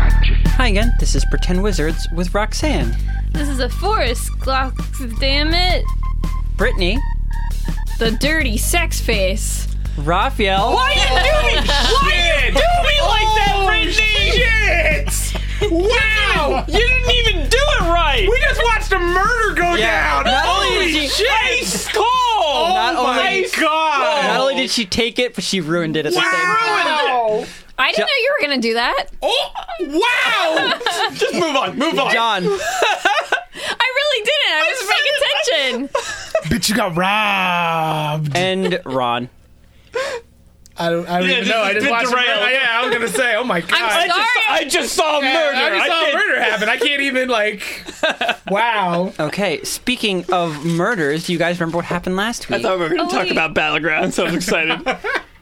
Hi again, this is Pretend Wizards with Roxanne, This is a forest clock, damn it. Brittany, The dirty sex face. Raphael. Why you do me like that, Brittany? Oh, Shit! Wow! You didn't even do it right! We just watched a murder go Yeah. down. Not only Holy did she- shit! Oh Not my only- god! Not only did she take it, but she ruined it at the same time. wow! I didn't know you were gonna do that. Oh wow! just move on. Move on. John, I really didn't. I was paying attention. Bitch, you got robbed. and Ron. I don't, I don't Yeah, even know. I just been watched derailed. it. Yeah, I was going to say, oh my God. I just, Sorry. I just saw a murder. I just saw did- murder happen. I can't even, like, wow. Okay, speaking of murders, do you guys remember what happened last I week? thought we were Oh, going to talk wait. about battlegrounds. I was excited.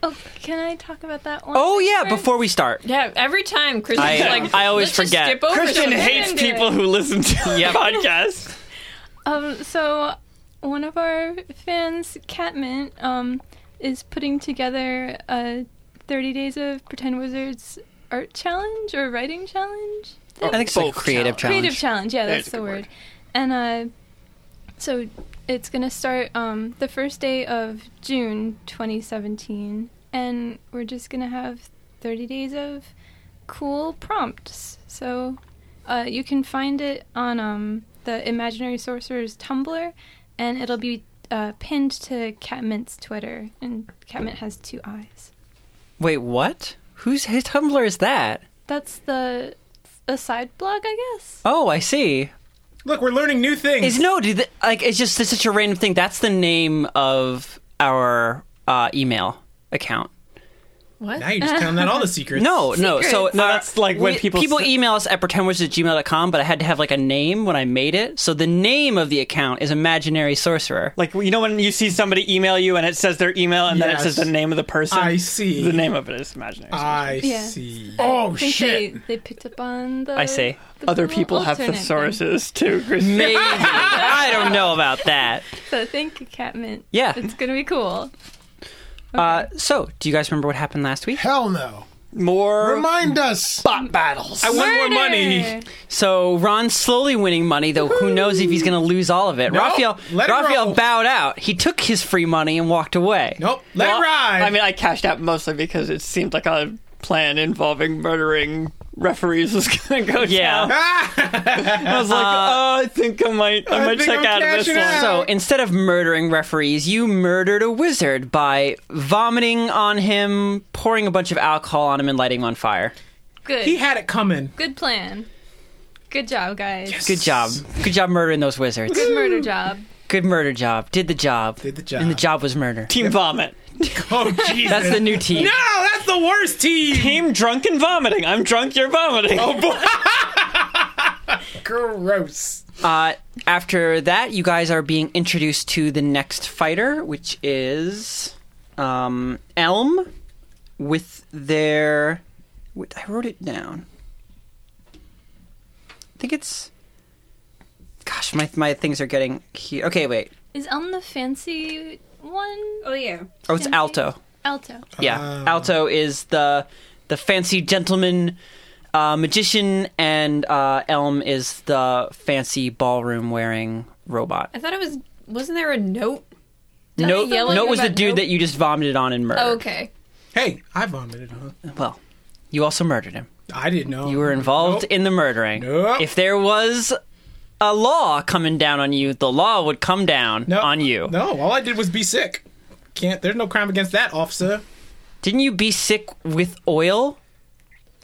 Oh, can I talk about that one? oh, yeah, before we start. Yeah, every time Christian's I- like, I always "Let's just forget. skip over Um, Christian something." hates Yeah. people who listen to the Yep. podcast. Um, so one of our fans, Catmint, um, is putting together a 30 days of Pretend Wizards art challenge or writing challenge. I think it's a Both creative challenge. Creative challenge, yeah, There's that's a the good word. word. And uh, so it's gonna start um, the first day of June 2017, and we're just gonna have 30 days of cool prompts. So uh, you can find it on um, the Imaginary Sorcerer's Tumblr, and it'll be uh, pinned to Catmint's Twitter, and Catmint has two eyes. Wait, what? Who's his Tumblr is that? That's the a side blog, I guess. Oh, I see. Look, we're learning new things. Is no, dude. th- Like, it's just it's such a random thing. That's the name of our uh, email account. now you're just telling out all the secrets. No, no. So Secrets. no, that's like when people s- email us at pretendwizards@gmail.com, but I had to have like a name when I made it. So the name of the account is Imaginary Sorcerer. Like you know when you see somebody email you and it says their email and then it Yes. says the name of the person. I see. The name of it is imaginary. I Yeah. see. Oh, I think shit. They, they picked up on the. I see. the Other cool people have alternate thesauruses too. Christian. Maybe I don't know about that. thing. So thank you, Catmint. Yeah. It's going to be cool. Uh, so, do you guys remember what happened last week? Hell no. More Remind us. bot battles. I want more Murder! money. So Ron's slowly winning money, though who knows if he's going to lose all of it. Nope, Raphael, let it Raphael roll. bowed out. He took his free money and walked away. Nope. Let Well, it ride. I mean, I cashed out mostly because it seemed like a plan involving murdering referees was going to go Yeah. down. I was like, oh, I think I might, I, I might Ah, think check I'm out of this cashing one. out. So instead of murdering referees, you murdered a wizard by vomiting on him, pouring a bunch of alcohol on him, and lighting him on fire. Good. he had it coming. Good plan. Good job, guys. Good job. Good job murdering those wizards. Good murder job. Good murder job. Did the job. Did the job. And the job was murder. Team vomit. Oh, Jesus. That's the new team. No, that's the worst team. Team drunk and vomiting. I'm drunk. You're vomiting. Oh, Gross. Uh, after that, you guys are being introduced to the next fighter, which is um, Elm with their. Wait, I wrote it down. I think it's. Gosh, my my things are getting here. Okay, wait. Is Elm the fancy one? Oh yeah. Oh, it's Fancy? Alto. Alto. Yeah, Oh. Alto is the the fancy gentleman uh, magician, and uh, Elm is the fancy ballroom wearing robot. I thought it was. Wasn't there a note? Note, yelling note was the about dude nope? that you just vomited on and murdered. Oh, okay. Hey, I vomited, huh? Well, you also murdered him. I didn't know. You were involved Nope. in the murdering. Nope. If there was a law coming down on you, the law would come down No, on you. No, all I did was be sick. Can't. There's no crime against that, officer. Didn't you be sick with oil?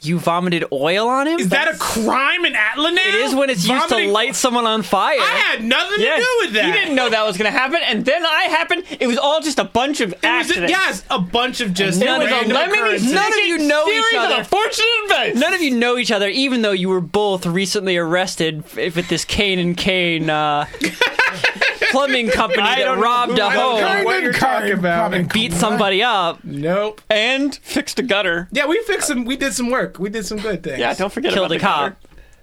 You vomited oil on him? Is that a crime in Atlanta? It is when it's used to light someone on fire. I had nothing yeah. to do with that. You didn't know that was going to happen, and then I happened. It was all just a bunch of It was a, accidents. yes, a bunch of just It was a random lemony occurrences. snicket. None of you know each series other. Of fortunate events. None of you know each other, even though you were both recently arrested f- with this Kane and Kane uh, plumbing company I that don't know robbed a who- I don't home. know What you're talking about? beat somebody up, Nope. and fixed a gutter. Yeah, we fixed some. We did some work. We did some good things. Yeah, don't forget killed about a the gutter.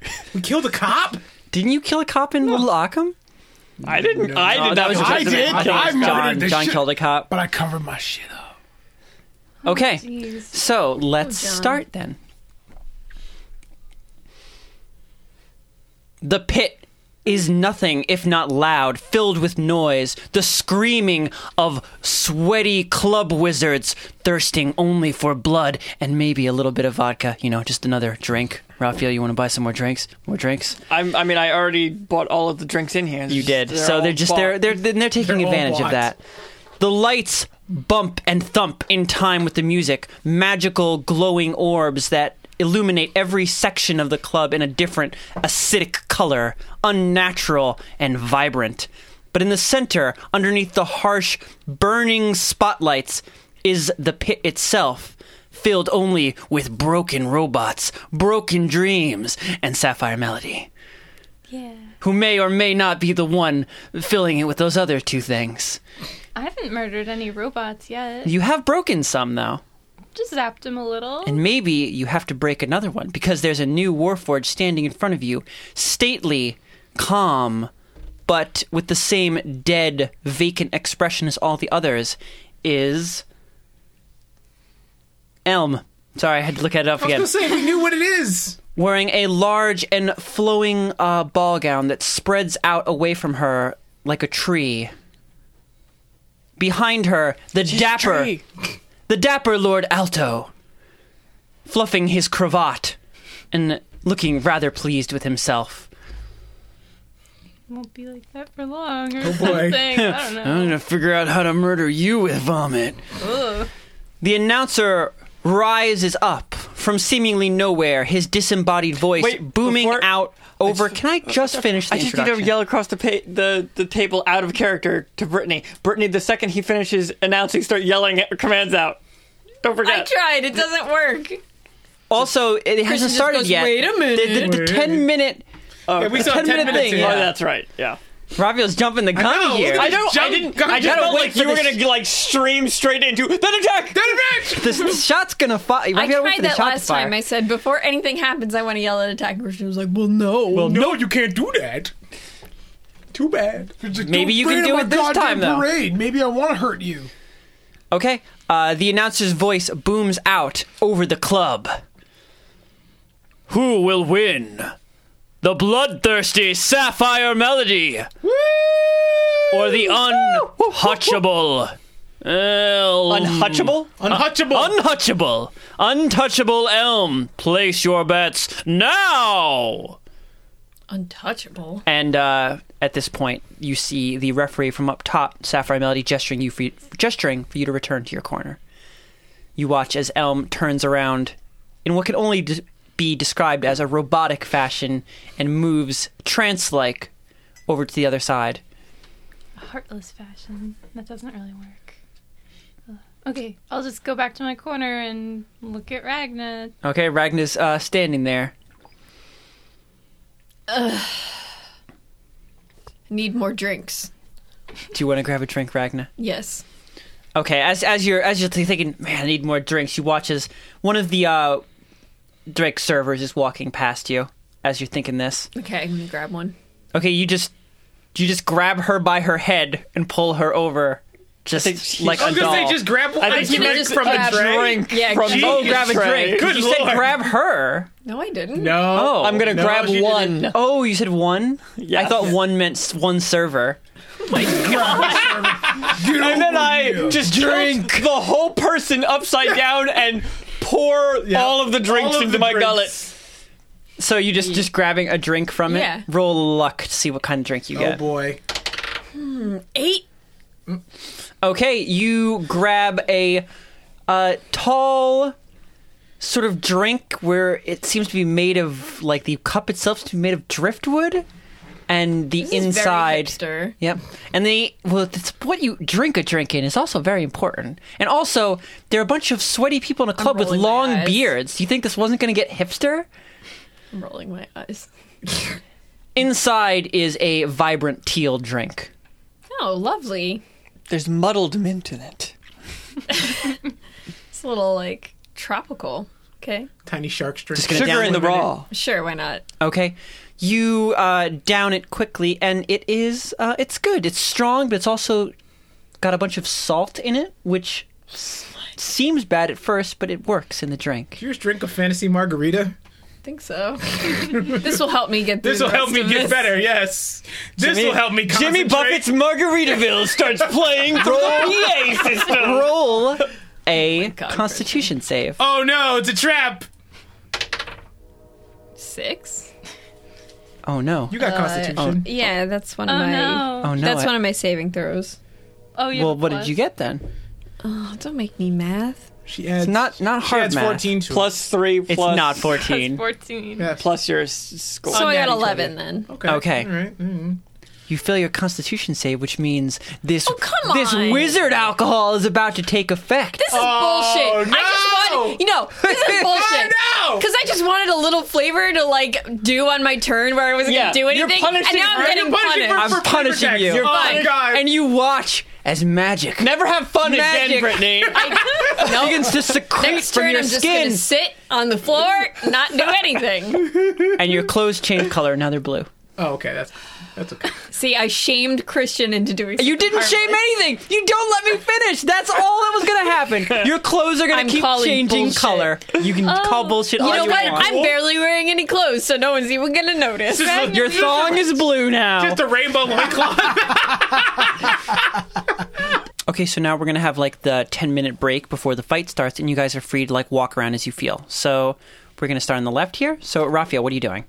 cop. we killed a cop. Didn't you kill a cop in Little Occam? I didn't. I did No, not. that was I I did. I I John, murdered John, the shit- killed a cop. But I covered my shit up. Okay, Jeez. so let's John. start then. The pit is nothing if not loud, filled with noise, the screaming of sweaty club wizards thirsting only for blood and maybe a little bit of vodka. You know, just another drink. Raphael, you want to buy some more drinks? More drinks? I'm, I mean, I already bought all of the drinks in here. You did. so they're all just bought. they're they're they're, they're taking They're all advantage of bought. that. The lights bump and thump in time with the music. Magical glowing orbs that illuminate every section of the club in a different acidic color, unnatural and vibrant. But in the center, underneath the harsh, burning spotlights, is the pit itself, filled only with broken robots, broken dreams, and sapphire melody Yeah. who may or may not be the one filling it with those other two things. I haven't murdered any robots yet. You have broken some, though, Just zapped them a little. and maybe you have to break another one because there's a new Warforged standing in front of you, stately, calm, but with the same dead, vacant expression as all the others, is Elm. Sorry, I had to look at it up I again. was gonna say we knew what it is. wearing a large and flowing uh, ball gown that spreads out away from her like a tree. Behind her, the dapper, Tree. the dapper Lord Alto, fluffing his cravat and looking rather pleased with himself. Won't be like that for long or Oh, boy. something. I don't know. gonna figure out how to murder you with vomit. Ugh. The announcer rises up from seemingly nowhere, his disembodied voice Wait, booming before- out over. Can I just finish the I just need to introduction? yell across the, pa- the the table out of character to Brittany. Brittany, the second he finishes announcing, start yelling commands out. Don't I forget. tried. It doesn't work. Also, it hasn't just started goes, yet. "Wait a minute." The, the, the ten minute. Oh, Yeah, we saw 10 ten, minute minutes. thing, in. yeah. oh, that's right. Yeah. Raphael's jumping the gun know, here. look I at don't. I Jump, didn't. gotta I just gotta felt wait like for you were this- gonna like stream straight into then attack. Get it back! The s- shot's gonna fire. I Raphael wait for tried the that shot to last fire. time. I said before anything happens, I want to yell at attack. And Christian was like, "Well, no." Well, no, you can't do that. Too bad. Maybe you can do it this time, though. Parade. Maybe I want to hurt you. Okay. Uh, the announcer's voice booms out over the club. Who will win? The bloodthirsty Sapphire Melody or the unhutchable Elm? Untouchable. Untouchable. Untouchable. Untouchable Elm. Place your bets now. Untouchable. And uh, at this point, you see the referee from up top, Sapphire Melody, gesturing you for you, gesturing for you to return to your corner. You watch as Elm turns around in what can only d- be described as a robotic fashion and moves trance-like over to the other side. Heartless fashion. That doesn't really work. Ugh. Okay, I'll just go back to my corner and look at Ragna. Okay, Ragna's uh, standing there. Need more drinks. Do you want to grab a drink, Ragna? Yes. Okay, as as you're as you're thinking, man, I need more drinks. You watch as one of the uh, drink servers is walking past you as you're thinking this. Okay, I'm gonna grab one. Okay, you just you just grab her by her head and pull her over, just think she- like I a I was gonna doll. say, just grab I I think think he you meant meant just from the grab- tray. Drink Yeah, from Jesus. oh, grab a tray. drink. Good you said Lord. grab her. No, I didn't. No. Oh. I'm gonna No, grab she didn't. one. Oh, you said one. Yes. I thought one meant s- one server. Get And then over I here. just drink the whole person upside down and pour Yeah. all of the drinks All of into the my drinks. gullet. So you just just grabbing a drink from it. Yeah. Roll luck to see what kind of drink you Oh get. boy. Eight. Okay, you grab a uh, tall sort of drink where it seems to be made of like the cup itself seems to be made of driftwood, and the This is very inside. hipster. Yep, and they well, it's what you drink a drink in is also very important. And also, there are a bunch of sweaty people in a club with rolling my long eyes. beards. You think this wasn't going to get hipster? I'm rolling my eyes. Inside is a vibrant teal drink. Oh, lovely. There's muddled mint in it. It's a little like tropical. Okay. Tiny shark string. Just gonna Sugar in the download it. raw. Sure, why not? Okay. You uh, down it quickly, and it is uh, it's good. It's strong, but it's also got a bunch of salt in it, which s- seems bad at first, but it works in the drink. Did you just drink a fantasy margarita? think so. this will help me get. Through This the will help rest me of get this. better. Yes, this will help me. Jimmy concentrate. Buffett's Margaritaville starts playing Oh from the PA system. Roll a God, Constitution save. Oh no, it's a trap. Six. Oh no. You got Constitution. Yeah, that's one of Oh my. no. Oh no. That's I- one of my saving throws. Oh, you well, have what plus. did you get then? Oh, don't make me math. she adds oh. Not not she hard adds math. fourteen to it. Plus three, It's plus not That's 14. 14. Yes. plus your s- score. So I got Unnatty eleven then. Okay. Okay. All right. Mm. You fail your Constitution save, which means this Oh, come this on. wizard alcohol is about to take effect. This is Oh, bullshit. I just no! wanted, you know, this is bullshit. Oh, no! Because I just wanted a little flavor to like do on my turn where I wasn't Yeah, gonna do you're anything, punishing- and now I'm you're getting punishing punished. for- I'm punishing protect- you. and, You're fine. Oh, God. And you watch as magic Never have fun Magic. again, Brittany. begins to secrete Next from turn, your I'm just gonna skin, sit on the floor, not do anything. and your clothes change color. Now they're blue. Oh, okay. That's that's okay. See, I shamed Christian into You doing. something didn't shame harmless. anything. You don't let me finish. That's all that was gonna happen. Your clothes are gonna I'm keep calling changing bullshit. color. You can call bullshit all You know you what? want. I'm barely wearing any clothes, so no one's even gonna notice. Just look- your thong is blue now. Just a rainbow loincloth. Okay, so now we're gonna have like the ten minute break before the fight starts, and you guys are free to like walk around as you feel. So we're gonna start on the left here. So Raphael, what are you doing?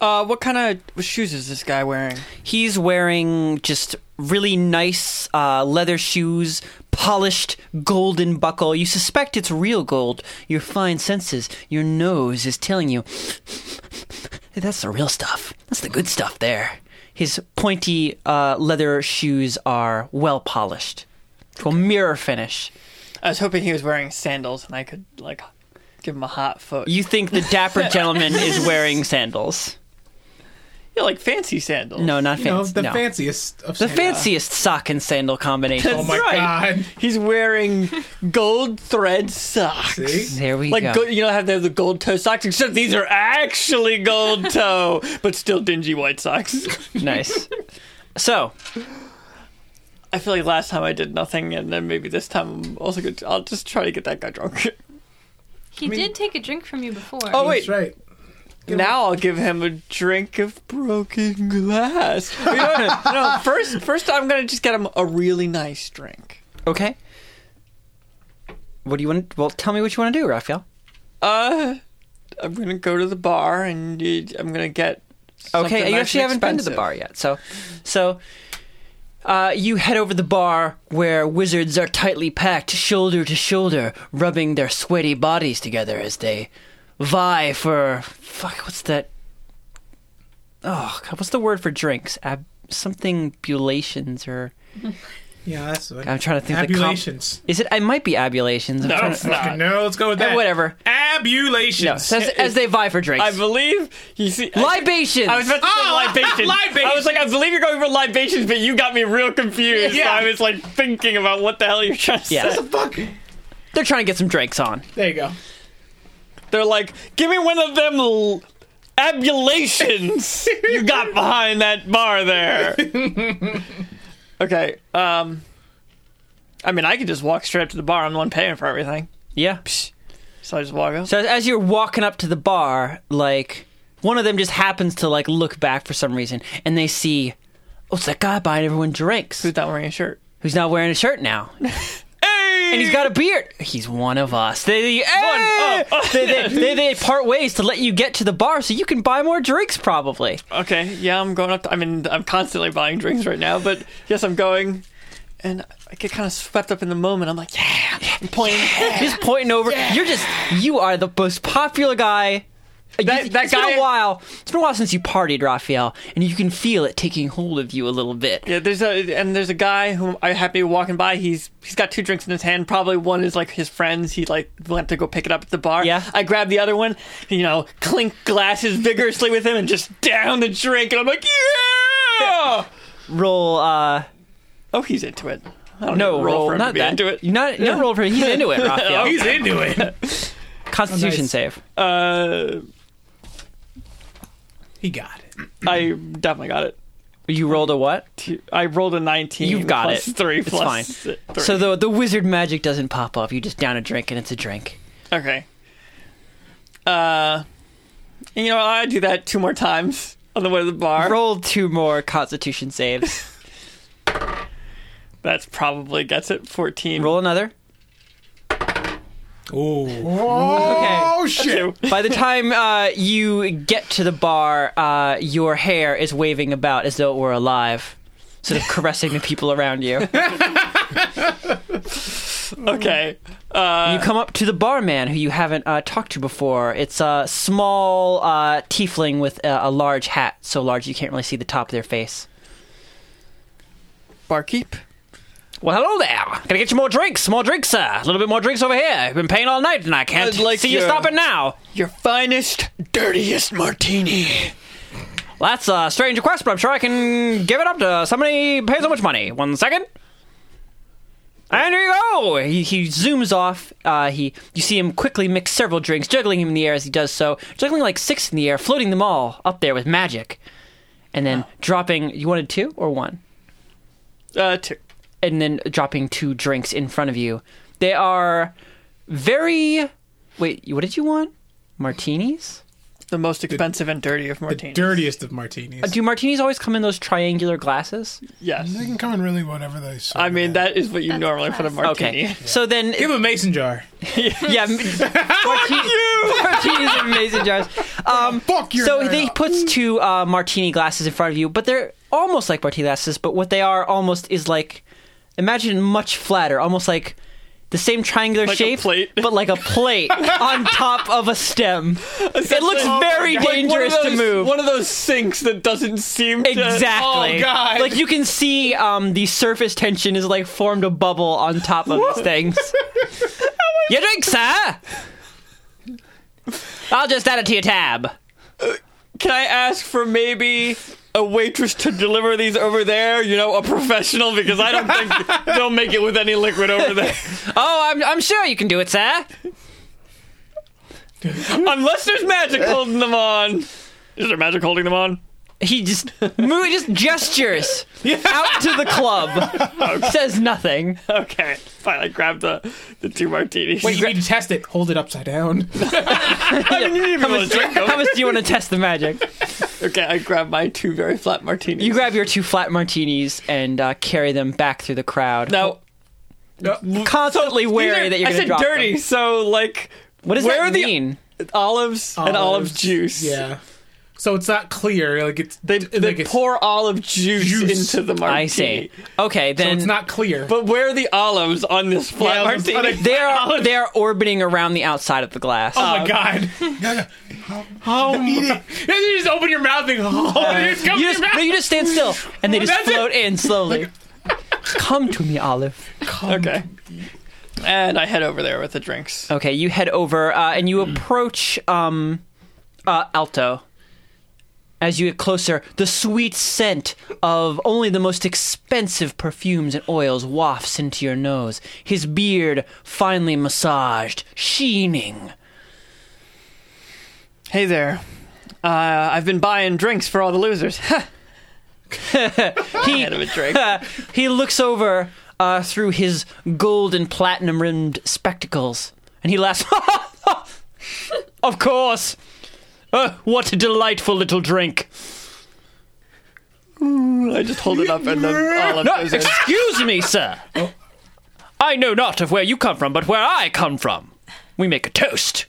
Uh, what kind of shoes is this guy wearing? He's wearing just really nice uh, leather shoes, polished golden buckle. You suspect it's real gold. Your fine senses, your nose is telling you that's the real stuff. That's the good stuff there. His pointy uh, leather shoes are well polished to a mirror finish. I was hoping he was wearing sandals, and I could like give him a hot foot. You think the dapper gentleman is wearing sandals? Yeah, like fancy sandals. No, not No, fancy. the no. fanciest of The sandals. fanciest sock and sandal combination. Oh my right. god. He's wearing gold thread socks. See? There we Like go. go- you know, how they have the gold toe socks. Except these are actually gold toe, but still dingy white socks. Nice. So, I feel like last time I did nothing, and then maybe this time I'm also good. I'll just try to get that guy drunk. He did take a drink from you before. Oh wait, That's right. now I'll give him a drink of broken glass. You know what? no, first, first I'm gonna just get him a really nice drink. okay. What do you want? Well, tell me what you want to do, Raphael. Uh, I'm gonna go to the bar and you, I'm gonna get. something Okay, you nice actually and haven't been to the expensive. bar yet. So, so uh, you head over the bar where wizards are tightly packed, shoulder to shoulder, rubbing their sweaty bodies together as they vie for fuck. What's that? Oh God, what's the word for drinks? Ab- something bulations or Yeah, that's what. I'm trying to think. Abulations. The comp- is it? It might be abulations. I'm No, trying it's to- not. no, let's go with Eh, that. whatever. Abulations. Eh, No, eh. so as, as they vie for drinks. I believe you see. Libations. Ah! I was about to say Oh, libations. libations. I was like, I believe you're going for libations, but you got me real confused. So Yeah. I was like thinking about what the hell you're trying to Yeah. say. eh, Fuck. They're trying to get some drinks on. There you go. They're like, give me one of them l- abulations you got behind that bar there. okay. Um, I mean, I could just walk straight up to the bar. I'm the one paying for everything. Yeah. So I just walk up. So as- as you're walking up to the bar, like one of them just happens to like look back for some reason, and they see, oh, it's that guy buying everyone drinks Who's not wearing a shirt? who's not wearing a shirt now, and Hey! he's got a beard. He's one of us. They they, eh! One oh, of- they, they, they, they part ways to let you get to the bar so you can buy more drinks, probably. Okay, yeah, I'm going up. To, I mean, I'm constantly buying drinks right now, but yes, I'm going. And I get kind of swept up in the moment. I'm like, yeah, I'm pointing. Just pointing over. You're just you are the most popular guy. That- that it's guy- been a while. It's been a while since you partied, Raphael, and you can feel it taking hold of you a little bit. Yeah, there's a and there's a guy who I happen to be walking by. He's he's got two drinks in his hand. Probably one is like his friend's. He like went to go pick it up at the bar. Yeah. I grab the other one. You know, clink glasses vigorously with him and just down the drink. And I'm like, yeah. Roll. uh Oh, he's into it. I don't No, need to roll, roll for him not to be that. into it. You're Not, not roll for He's into it, Raphael. He's into it. Constitution Oh, nice. save. Uh, He got it. I definitely got it. You rolled a what? two- I rolled a 19. You've got plus it. Three It's plus fine. Three. So the the wizard magic doesn't pop off. You just down a drink and it's a drink. okay. Uh, And you know, I do that two more times on the way to the bar. Roll two more Constitution saves. That's probably gets it. Fourteen. Roll another. Ooh. Okay. Oh shit. Two. By the time uh, you get to the bar, uh, your hair is waving about as though it were alive, sort of caressing the people around you. Okay. Uh, You come up to the barman who you haven't uh, talked to before. It's a small uh, tiefling with a, a large hat, so large you can't really see the top of their face. barkeep. Well, hello there. Gonna get you more drinks, more drinks, sir. A little bit more drinks over here. Been paying all night, and I can't I'd like see you your- stopping now. Your finest, dirtiest martini. Well, that's a strange request, but I'm sure I can give it up to somebody who pays so much money. One second. And here you go. He, he zooms off. Uh, he you see him quickly mix several drinks, juggling him in the air as he does so, juggling like six in the air, floating them all up there with magic, and then dropping. You wanted two or one? Uh, two. and then dropping two drinks in front of you. They are very. Wait, what did you want? Martinis? The most expensive and dirty of The martinis. dirtiest of martinis. Do martinis always come in those triangular glasses? Yes. They can come in really whatever they say. I mean, that is what you normally put a martini. Okay. So then, Give him a mason jar. yeah, m- martini, martinis are amazing jars. Um, Fuck your so night they up. puts two uh, martini glasses in front of you, but they're almost like martini glasses. But what they are almost is like, imagine much flatter, almost like the same triangular Like a shape, plate. but like a plate on top of a stem. It looks very dangerous Like oh one to of those- move. One of those sinks that doesn't seem to- Exactly. Oh, God. Like you can see um, the surface tension is like formed a bubble on top of these things. you drink, sir? I'll just add it to your tab. Can I ask for maybe a waitress to deliver these over there? You know, a professional because I don't think they'll make it with any liquid over there. Oh, I'm, I'm sure you can do it, sir. Unless there's magic holding them on. Is there magic holding them on? He just mo- just gestures out to the club. Says nothing. Okay, fine. I grabbed the the two martinis. Wait, you need to test it. Hold it upside down. I mean, you didn't even How want much, to drink them. how much do you want to test the magic? Okay, I grabbed my two very flat martinis. You grab your two flat martinis and uh, carry them back through the crowd. now. constantly wary These are- that you're going I to said drop dirty, them. so like, What does where that are the mean? olives, and olive Olives. juice? Yeah. So it's not clear. Like it's They, like they it's- pour olive juice, Juice. into the martini. I see. Okay, So then it's not clear. But where are the olives on this flat Yeah, I was- martini? I- they are they are orbiting around the outside of the glass. oh my god! Yeah, yeah. How- Oh, eat it. you just open your mouth and oh, it's coming you just out. no, you just stand still, and they just That's it. float in slowly. Come to me, Olive. okay. And I head over there with the drinks. Okay, you head over uh, and you approach um, uh, Alto. As you get closer, the sweet scent of only the most expensive perfumes and oils wafts into your nose. His beard finely massaged, sheening. Hey there. Uh, I've been buying drinks for all the losers. He Head of a drink. he looks over uh, through his gold and platinum rimmed spectacles and he laughs. of course. Uh, what a delightful little drink. I just hold it up and then olive No, goes in. excuse me, sir. Oh. I know not of where you come from, but where I come from, we make a toast.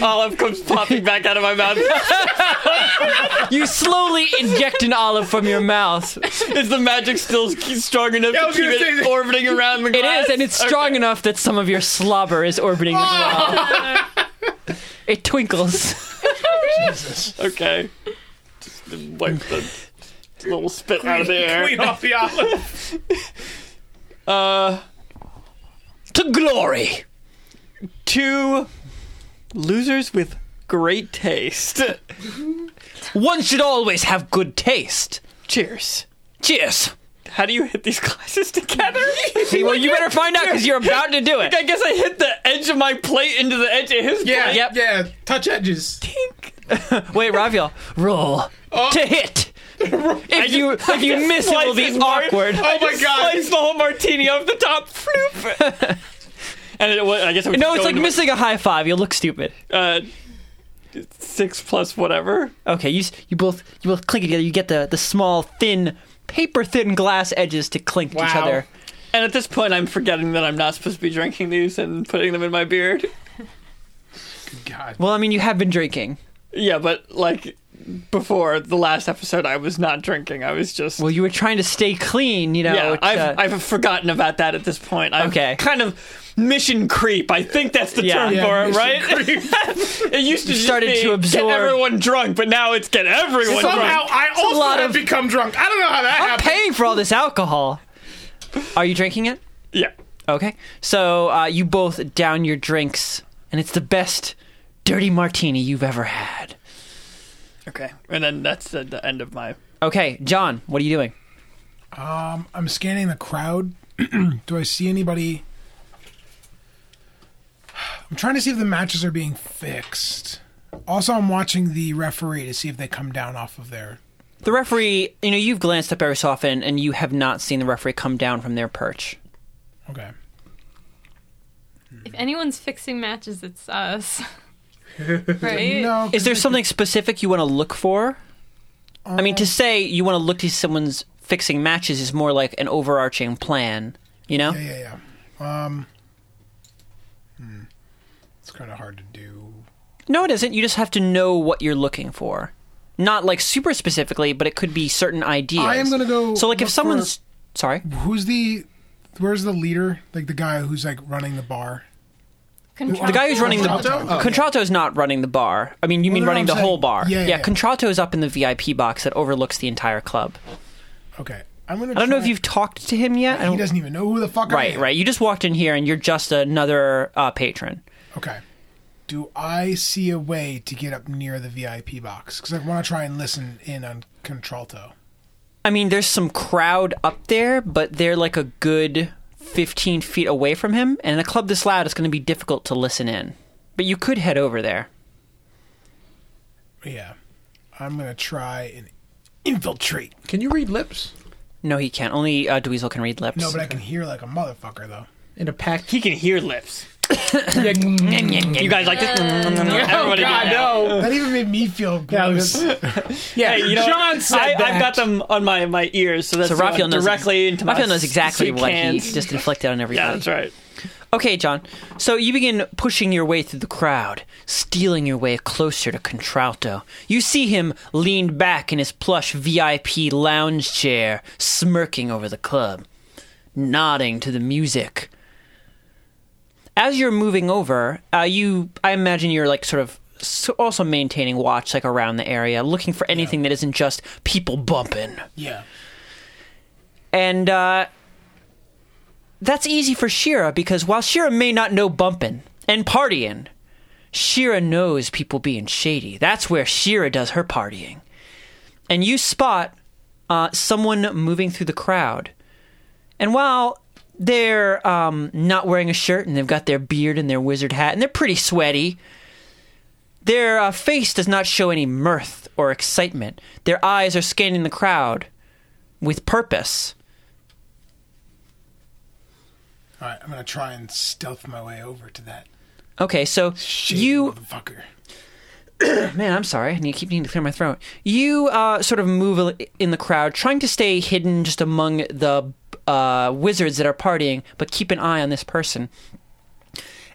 Olive comes popping back out of my mouth. You slowly inject an olive from your mouth. Is the magic still strong enough I to was keep gonna say it that- orbiting around the It glass? is, and it's strong enough that some of your slobber is orbiting the glass. It twinkles. Okay. Just wipe the little spit out of the air. Clean off the olive. Uh, to glory. two losers with great taste. One should always have good taste. Cheers. Cheers. How do you hit these glasses together? well, you better find out because you're about to do it. I guess I hit the edge of my plate into the edge of his Yeah, plate. Yep. yeah. Touch edges. Wait, Raviel, roll Uh, to hit. If you if you miss, it will Slice be his mar- awkward. I Oh my just God. Slice the whole martini off the top. Floop. And it, wa- I guess it would No, just it's go like into, missing a high five. You'll look stupid. Uh, six plus whatever. Okay, you s- you both you both clink together. You get the the small thin paper thin glass edges to clink to each Wow. other. And at this point, I'm forgetting that I'm not supposed to be drinking these and putting them in my beard. God. Well, I mean, you have been drinking. Yeah, but like before the last episode, I was not drinking. I was just. Well, you were trying to stay clean. You know. yeah, it's, I've, uh, I've forgotten about that at this point. I've Okay. Kind of mission creep. I think that's the Yeah. term Yeah, for it, mission right? it used to just started be to get absorb- everyone drunk, but now it's get everyone Somehow drunk. I also lot have of- become drunk. I don't know how that I'm happened. paying for all this alcohol. Are you drinking it? Yeah. Okay. So uh, you both down your drinks, and it's the best dirty martini you've ever had. Okay. And then that's the, the end of my. Okay, John, what are you doing? Um, I'm scanning the crowd. Do I see anybody? I'm trying to see if the matches are being fixed. Also, I'm watching the referee to see if they come down off of their. The referee, you know, you've glanced up every so often, and you have not seen the referee come down from their perch. Okay. If anyone's fixing matches, it's us. right? No. Is there something specific you want to look for? I mean, to Um. say you want to look to someone's fixing matches is more like an overarching plan, you know? Yeah, yeah, yeah. Um, hmm. It's kind of hard to do. No, it isn't. You just have to know what you're looking for. Not like super specifically, but it could be certain ideas. I am gonna go So, like, look if for- someone's. Sorry. Who's the? Where's the leader? Like the guy who's like running the bar. Control. The guy who's running the Contralto? Oh, okay. contralto is not running the bar. I mean, you mean no, no, running I'm the saying- whole bar. yeah, yeah, yeah. contralto is up in the VIP box that overlooks the entire club. Okay, I'm gonna. I don't know try- if you've talked to him yet. I He don't- doesn't even know who the fuck. I right, am. right. You just walked in here and you're just another uh, patron. Okay. Do I see a way to get up near the VIP box? Because I want to try and listen in on contralto. I mean, there's some crowd up there, but they're like a good 15 feet away from him. And in a club this loud, it's going to be difficult to listen in. But you could head over there. Yeah. I'm going to try and infiltrate. Can you read lips? No, he can't. Only uh, Dweezil can read lips. No, but I can hear like a motherfucker, though. In a pack. He can hear lips. Yeah. You guys like this? Everybody Oh, God, did that. no. That even made me feel That good. was, yeah, Hey, you know, John said I, that. I've got them on my, my ears, so that's so Raphael going knows directly ex- into my Raphael knows exactly what he cans. just inflicted on everybody. Yeah, that's right. Okay, John. So you begin pushing your way through the crowd, stealing your way closer to Contralto. You see him leaned back in his plush VIP lounge chair, smirking over the club, nodding to the music. As you're moving over, uh, you I imagine you're like sort of s also maintaining watch like around the area, looking for anything that isn't just people bumping Yeah. and uh, that's easy for Shira because while Shira may not know bumping and partying, Shira knows people being shady. That's where Shira does her partying, and you spot uh, someone moving through the crowd, and while they're um, not wearing a shirt and they've got their beard and their wizard hat and they're pretty sweaty. Their uh, face does not show any mirth or excitement. Their eyes are scanning the crowd with purpose. All right, I'm going to try and stealth my way over to that Okay, so shady you motherfucker. man, I'm sorry, I need to keep needing to clear my throat. You uh, sort of move al- in the crowd, trying to stay hidden just among the uh, wizards that are partying, but keep an eye on this person.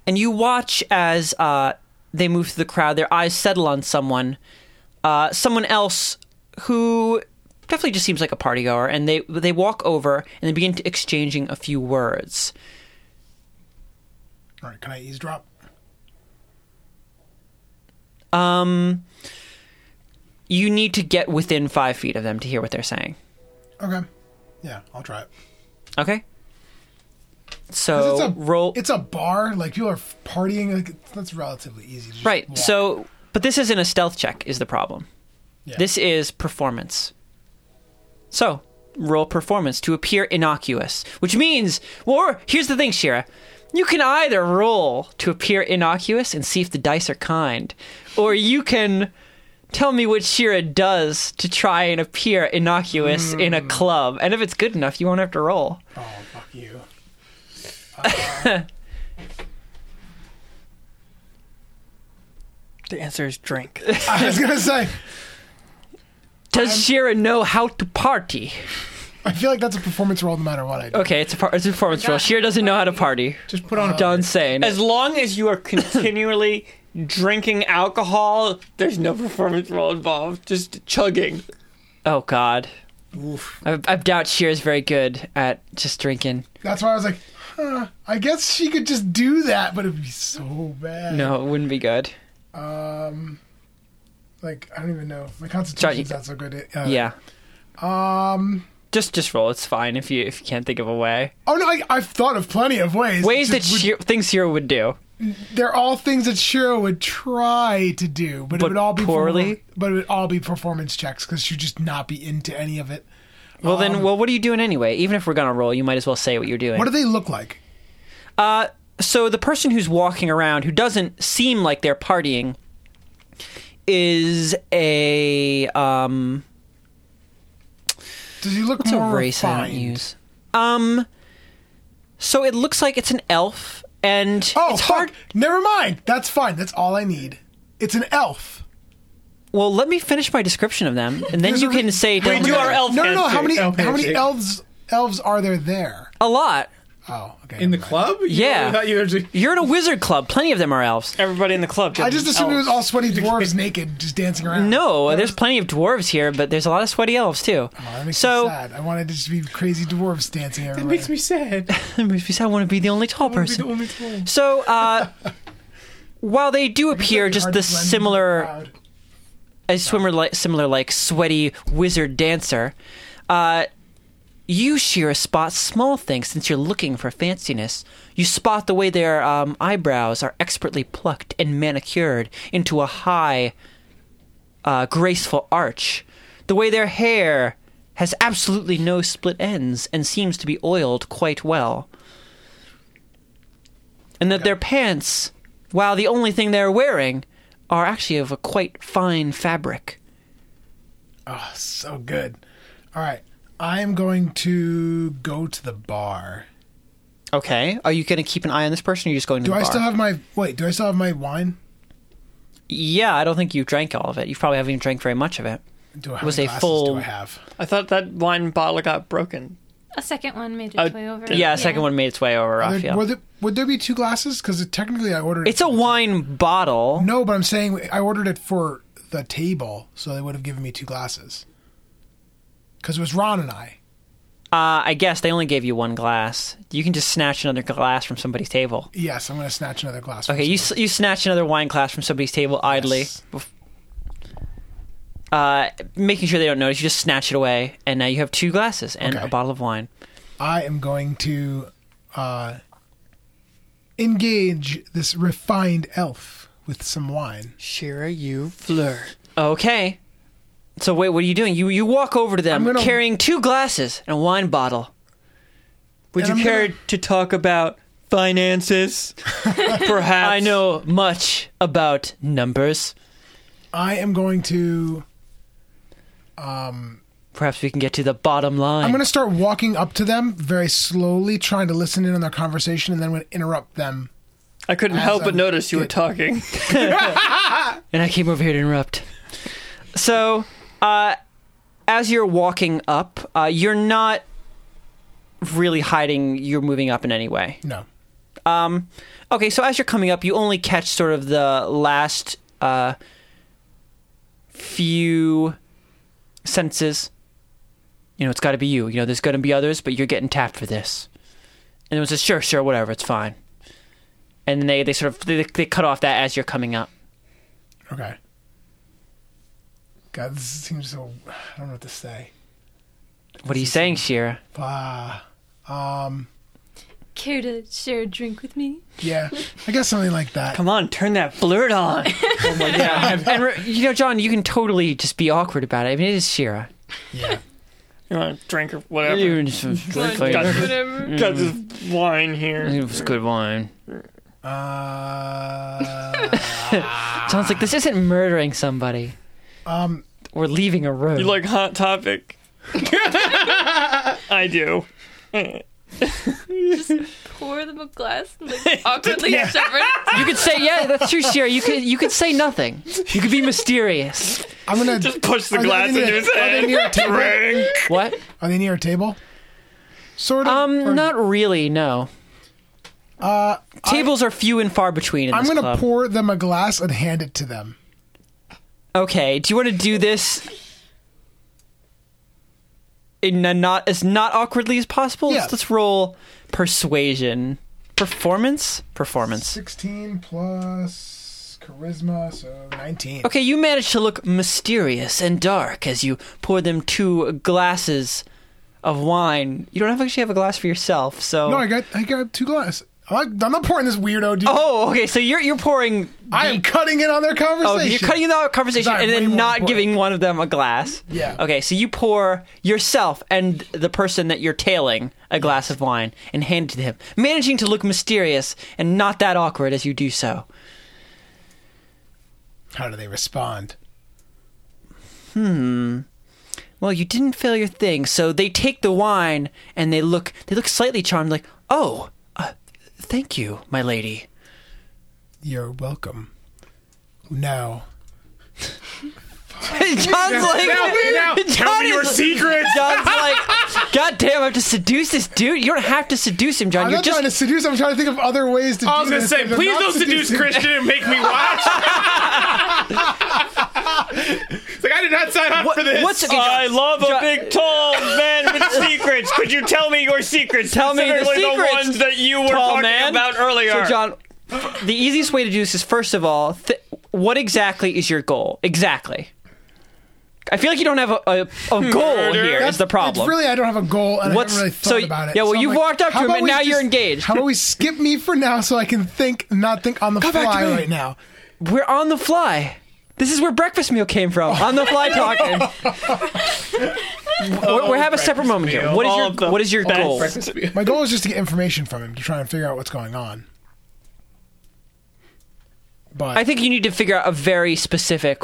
And you watch as uh, they move through the crowd. Their eyes settle on someone, uh, someone else who definitely just seems like a partygoer. And they they walk over and they begin to exchanging a few words. All right, can I eavesdrop? Um, You need to get within five feet of them to hear what they're saying. Okay. Yeah, I'll try it. Okay. 'Cause So it's a, roll It's a bar. Like, people are f- partying. Like, it's- that's relatively easy. To just right. walk. So, but this isn't a stealth check. Is the problem? Yeah. This is performance. So roll performance to appear innocuous, which means, or here's the thing, Shira, you can either roll to appear innocuous and see if the dice are kind, or you can. Tell me what Shira does to try and appear innocuous in a Hmm. club, and if it's good enough, you won't have to roll. Oh, fuck you. The answer is drink. I was gonna say. Does Shira know how to party? I feel like that's a performance role, no matter what I do. Um, Okay, it's a, par- it's a performance role. Shira doesn't know how to party. Just put on a Done saying. As long as you are continually drinking alcohol, there's no performance role involved. Just chugging. oh God, I, I doubt Shira's very good at just drinking. That's why I was like, huh, I guess she could just do that, but it'd be so bad. No, it wouldn't be good. Um, like I don't even know. My constitution's not so good. At, uh, Yeah, Um. just just roll. It's fine if you if you can't think of a way. Oh no, I, I've thought of plenty of ways. Ways that Just would- Shira, things Shira would do. they're all things that Shiro would try to do, but, But it would all be poorly? perfor- but it would all be performance checks because she'd just not be into any of it. Well then, well, what are you doing anyway? Even if we're gonna roll, you might as well say what you're doing. Um, What do they look like? Uh, so the person who's walking around who doesn't seem like they're partying is a um Does he look what's a more race I refined? don't use. Um so it looks like it's an elf and Oh, it's fuck. hard Never mind. That's fine. That's all I need. It's an elf. well let me finish my description of them and then There's you a can re- say We do our elf No, no, no. How handshake. many? Elf how many handshake. elves? Elves are there there? a lot. Oh, okay. In the never mind. club? You Yeah. I thought you were just- You're in a wizard club. Plenty of them are elves. Everybody in the club. I just assumed it was elves. all sweaty dwarves naked, just dancing around. No, there's plenty of dwarves here, but there's a lot of sweaty elves too. Oh, that makes so me sad. I wanted to just be crazy dwarves dancing It everywhere. makes me sad. I I want to be the only tall wanna be person. the only tall. So, uh, while they do appear just Hard the to blend Uh, into the similar, crowd. a swimmer like similar like sweaty wizard dancer, uh, you Shira spot small things since you're looking for fanciness. You spot the way their um, eyebrows are expertly plucked and manicured into a high, uh, graceful arch. The way their hair has absolutely no split ends and seems to be oiled quite well and that their pants, while the only thing they're wearing, are actually of a quite fine fabric. Oh, so good. All right. I am going to go to the bar. Okay. Are you going to keep an eye on this person? Or are you just going to Do the I bar? still have my wait? Do I still have my wine? yeah, I don't think you drank all of it. You probably haven't even drank very much of it. Do I have Was any a glasses full- Do I have? I thought that wine bottle got broken. A second one made its Uh, way over. Yeah, the second one made its way over, Are Raphael. there, were there, would there be two glasses? Because technically, I ordered. it's a wine bottle. No, but I'm saying I ordered it for the table, so they would have given me two glasses. Because it was Ron and I. Uh, I guess they only gave you one glass. You can just snatch another glass from somebody's table. Yes, I'm going to snatch another glass. Okay, you, s- you snatch another wine glass from somebody's table idly, Yes. bef- uh, making sure they don't notice. You just snatch it away, and now you have two glasses and Okay. a bottle of wine. I am going to uh, engage this refined elf with some wine. Shira, you flirt. Okay. So wait, what are you doing? You you walk over to them I'm gonna- carrying two glasses and a wine bottle. Would And you I'm care gonna- to talk about finances? Perhaps. I know much about numbers. I am going to. Perhaps we can get to the bottom line. I'm going to start walking up to them very slowly, trying to listen in on their conversation, and then I'm going to interrupt them. I couldn't help but I'm notice you were good. talking. and I came over here to interrupt. So, uh, as you're walking up, uh, you're not really hiding. You're moving up in any way. No. Um, okay, so as you're coming up, you only catch sort of the last uh, few sentences. You know, it's got to be you. You know, there's going to be others, but you're getting tapped for this. And it was just sure, sure, whatever, it's fine. And then they, they sort of they, they cut off that as you're coming up. Okay. God, this seems so. I don't know what to say. What are you saying, Shira? Ah. Um. Care to share a drink with me? Yeah. I guess something like that. Come on, turn that flirt on. Oh and re- you know, John, you can totally just be awkward about it. I mean, it is Shira. Yeah. You want a drink or whatever? You can just- Got Got this, Mm-hmm. Whatever. got this wine here. It was good wine. Uh. John's like, this isn't murdering somebody. um. We're leaving a room. You like Hot Topic? I do. Pour them a glass and like awkwardly shove it. You could say, yeah, that's true, Shira. You could you could say nothing. You could be mysterious. I'm gonna Just push the Are they- glass are they into near- his are they head. near a table? Drink. What? Are they near a table? Sort of. or- Um, not really. No. Uh, Tables are few and far between in I'm this gonna club. pour them a glass and hand it to them. okay. Do you want to do this? In a not as not awkwardly as possible. Yeah. Let's, let's roll persuasion, performance, performance. 16 plus charisma, so 19. Okay, you manage to look mysterious and dark as you pour them two glasses of wine. You don't have actually have a glass for yourself, so. No, I got I got two glasses. I'm not- I'm not pouring this weirdo dude. oh, okay. So you're you're pouring. I am cutting in on their Oh, conversation. you're cutting out conversation Sorry, and way then more not important. giving one of them a glass. Yeah. Okay, so you pour yourself and the person that you're tailing a glass of wine and hand it to him, managing to look mysterious and not that awkward as you do so. How do they respond? Well, you didn't fail your thing, so they take the wine and they look they look slightly charmed, like, oh, uh, thank you, my lady. You're welcome. Now, John's like, John is- secret. John's like, God damn, I have to seduce this dude. You don't have to seduce him, John. I'm You're not just trying to seduce. I'm trying to think of other ways to. I was do gonna this. say, If they're please not don't seduce seducing- Christian and make me watch. it's like I did not sign up What- for this. what's- okay, I John. love John- a big tall man with secrets. Could you tell me your secrets? Tell me the Specifically secrets, the ones that you were tall talking man. about earlier. So, John, f- the easiest way to do this is first of all, th- what exactly is your goal? Exactly. I feel like you don't have a, a, a goal here. Is That's- the problem? It's really, I don't have a goal, and What's- I haven't really so thought y- about it. yeah, well, I'm you've walked up to how him, about and we now you're just- engaged. How about we skip me for now, so I can think, not think on the back to fly me. right now. We're on the fly. This is where breakfast meal came from. On the fly talking. we we have a separate moment here. What is All your of the what is your best goal? breakfast meal. My goal is just to get information from him to try and figure out what's going on. But I think you need to figure out a very specific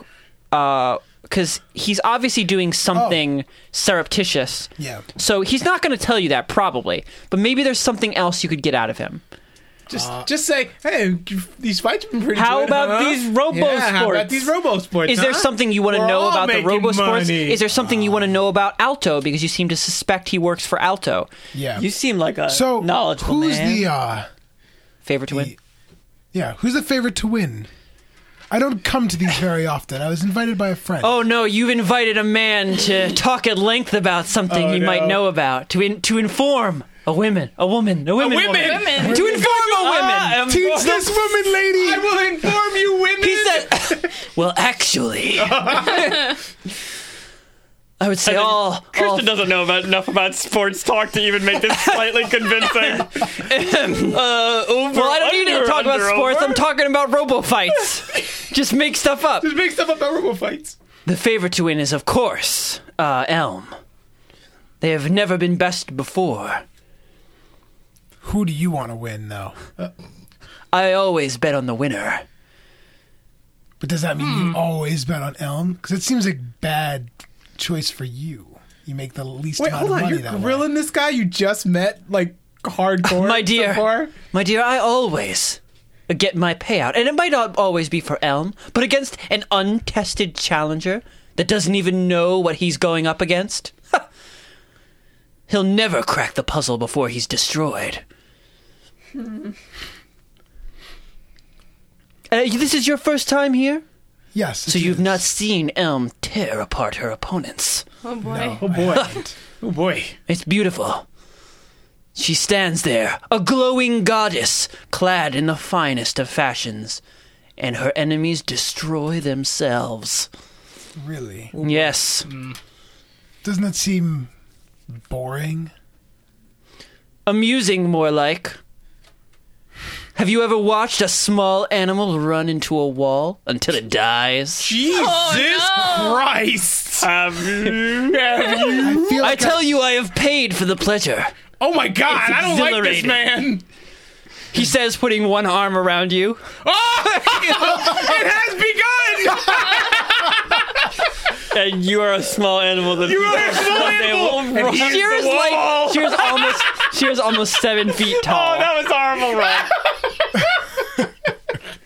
because he's obviously doing something Oh. surreptitious. yeah, So he's not going to tell you that probably, but maybe there's something else you could get out of him. Just, just say, hey, these fights have been pretty How good, about huh? these robo Yeah, how sports? about these robo sports? Is there huh? something you want to We're know all about the making robo sports? money. Is there something you want to know about Alto because you seem to suspect he works for Alto? yeah. You seem like a so knowledgeable who's man. the uh, Favorite to win. The- yeah? Who's the favorite to win? I don't come to these very often. I was invited by a friend. Oh no, you've invited a man to talk at length about something Oh, you might no. know about to in, to inform a woman, a woman, a women, women! woman. to inform a woman. Ah, I'm- teach this woman, lady. I will inform you women. He said, "Well, actually, I would say all, all Kristen doesn't know about, enough about sports talk to even make this slightly convincing. uh, over, Well, I don't need under, to talk about under, sports. over. I'm talking about robo fights. Just make stuff up. Just make stuff up about robo fights. The favorite to win is, of course, uh, Elm. They have never been bested before. Who do you want to win, though? I always bet on the winner. But does that mean you always bet on Elm? Because it seems like bad choice for you. You make the least Wait, amount hold of on. money You're that way. grilling this guy you just met, like hardcore. My so dear. far? My dear, I always get my payout, and it might not always be for Elm, but against an untested challenger that doesn't even know what he's going up against. He'll never crack the puzzle before he's destroyed. Uh, this is your first time here, Yes. so you've not seen Elm tear apart her opponents. Oh boy. Oh boy. oh boy. It's beautiful. She stands there, a glowing goddess, clad in the finest of fashions, and her enemies destroy themselves. Really? Yes. Doesn't that seem boring? Amusing, more like. Have you ever watched a small animal run into a wall until it dies? Jesus Christ. Have you- I feel I like tell you, I have paid for the pleasure. Oh my God. It's I don't like this exhilarating. man. He says, putting one arm around you. It has begun. and you are a small animal that you are a small animal. They will And run here's Shira's the wall. like, Shira's almost, Shira's almost seven feet tall. Oh, that was horrible, Rob.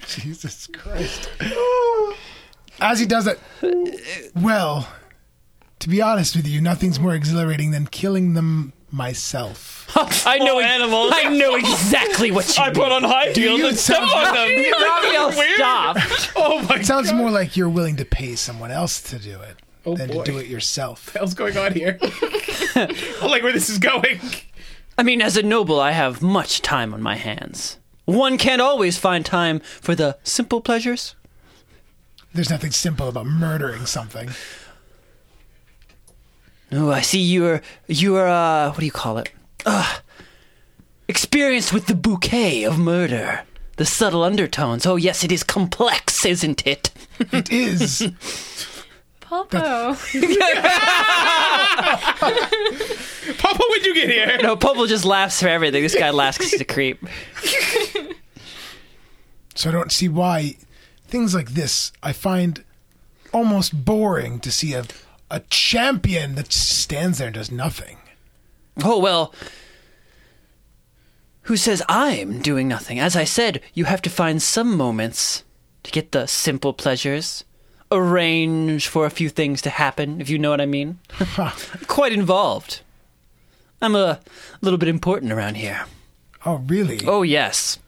Jesus Christ. As he does it, Uh, well, to be honest with you, nothing's more exhilarating than killing them myself. I know. Poor ex- animals. I know exactly what you. I put on high heels you and step sound- on them. Raphael, Weird. stop. Oh my It sounds more like you're willing to pay someone else to do it Oh, than boy. to do it yourself. hell's going on here? I like where this is going. I mean, as a noble, I have much time on my hands. One can't always find time for the simple pleasures. There's nothing simple about murdering something. Oh, I see you're you're uh what do you call it? Ugh. Experienced with the bouquet of murder. The subtle undertones. Oh yes, it is complex, isn't it? It is. Pulpo. Papa, when'd you get here? No, Popo just laughs for everything. This guy laughs 'cause he's a creep. So I don't see why things like this I find almost boring to see a a champion that stands there and does nothing. Oh, well. Who says I'm doing nothing? As I said, you have to find some moments to get the simple pleasures, arrange for a few things to happen, if you know what I mean. Quite involved. I'm a little bit important around here. Oh really? Oh, yes.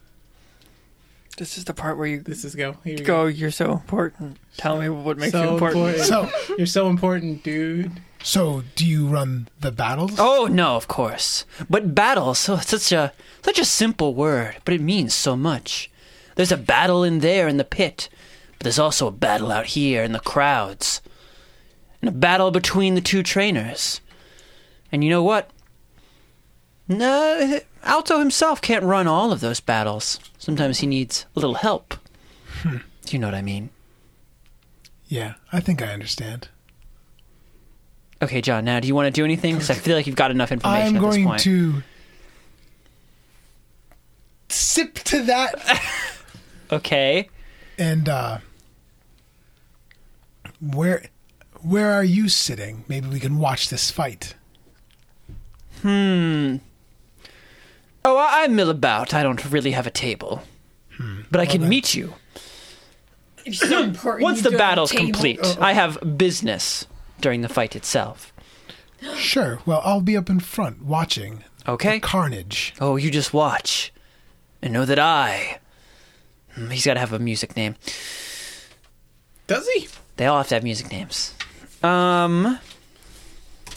This is the part where you This is go. Here you go, you're so important. Tell me what makes you So important. important. So You're so important, dude. so do you run the battles? Oh no, of course. But battle, so such a such a simple word, but it means so much. There's a battle in there in the pit, but there's also a battle out here in the crowds. And a battle between the two trainers. And you know what? No, Alto himself can't run all of those battles. Sometimes he needs a little help. Do you know what I mean? Yeah, I think I understand. Okay, John, now do you want to do anything? Because I feel like you've got enough information at I'm this going point. to sip to that Okay. and uh where where are you sitting? Maybe we can watch this fight. Oh, I, I mill about. I don't really have a table. But I can then. meet you It's so important. once you the don't battle's table. Oh, complete. I have business during the fight itself. Sure. Well, I'll be up in front watching Okay? carnage. Oh, you just watch. And know that I. Hmm, He's got to have a music name. Does he? They all have to have music names. Um.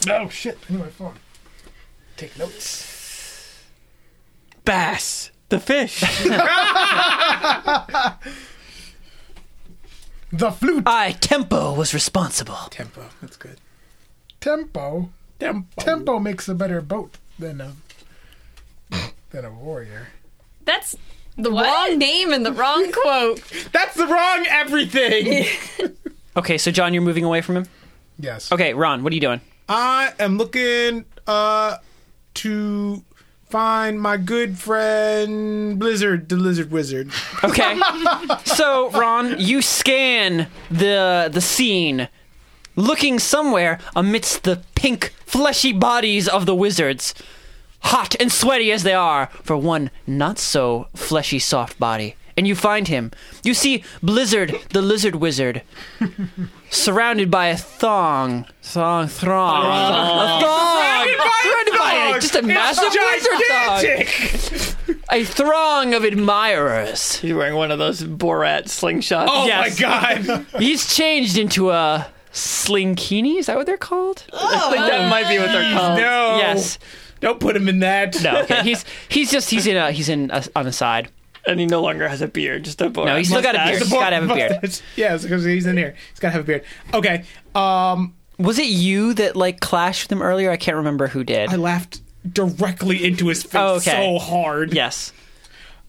Oh shit! I need my phone. Take notes. Bass, the fish. The flute I, Tempo, was responsible. Tempo. That's good. tempo. Tempo. Tempo makes a better boat than a than a warrior. That's the wrong name and the wrong quote. That's the wrong everything. Okay, so John, you're moving away from him? Yes. Okay, Ron, what are you doing? I am looking uh to find my good friend Blizzard, the Lizard Wizard. Okay. so, Ron, you scan the the scene, looking somewhere amidst the pink, fleshy bodies of the wizards, hot and sweaty as they are, for one not so fleshy, soft body. And you find him. You see Blizzard, the lizard wizard, surrounded by a thong, thong, throng, a thong, surrounded by a- just a massive wizard thong, a throng of admirers. He's wearing one of those Borat slingshots. Oh Yes. my god. He's changed into a slinkini. Is that what they're called? Uh, I think that might be what they're called. No. Yes. Don't put him in that. No. Okay. He's he's just he's in a he's in a, on the side. And he no longer has a beard, just a Borat. No, he's still got a mustache. beard. He's gotta have a beard. yeah, it's because he's in here. He's gotta have a beard. Okay. Um Was it you that like clashed with him earlier? I can't remember who did. I laughed directly into his face Oh, okay. so hard. yes.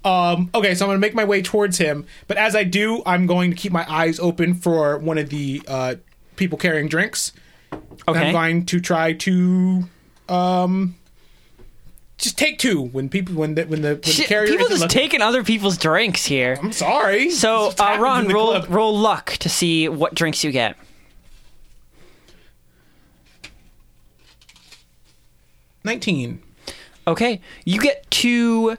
Um, okay, so I'm gonna make my way towards him, but as I do, I'm going to keep my eyes open for one of the uh, people carrying drinks. And Okay. I'm going to try to um, just take two when people when the when the, when the Shit, carrier people isn't just looking. taking other people's drinks here. I'm sorry. This So just uh, happens Ron, in the roll club. roll luck to see what drinks you get. 19. Okay, you get two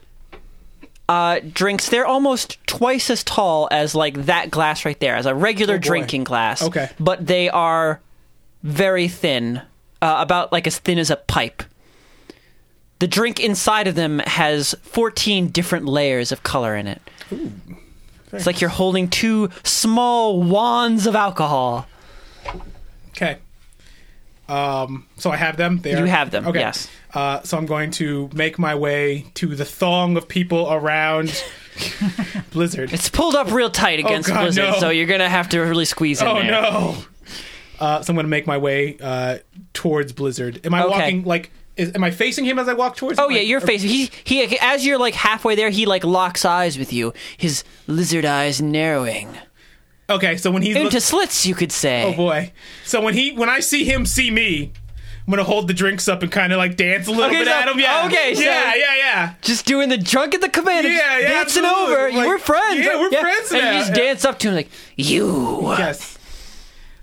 uh, drinks. They're almost twice as tall as like that glass right there, as a regular drinking glass. Oh, Okay. but they are very thin, uh, about like as thin as a pipe. The drink inside of them has fourteen different layers of color in it. it's like you're holding two small wands of alcohol. Okay. Um, so I have them. They You are- have them, yes. Uh, so I'm going to make my way to the thong of people around Blizzard. It's pulled up real tight against Oh, God, Blizzard, no. so you're gonna have to really squeeze in oh there. no! Uh, so I'm going to make my way uh, towards Blizzard. Am I Okay. walking like? Is, am I facing him as I walk towards? Oh him? yeah, Like, your or- face. He he. As you're like halfway there, he like locks eyes with you. His lizard eyes narrowing Okay, so when he's into look- slits, you could say. oh boy. So when he when I see him see me, I'm going to hold the drinks up and kind of like dance a little Okay, bit so- at him. Yeah. okay, so- Yeah. Yeah. Yeah. Just doing the drunk at the commander. just Yeah, yeah, dancing absolutely. over. You Like, we're friends. yeah, we're friends And now, you just yeah. dance up to him like, you. Yes.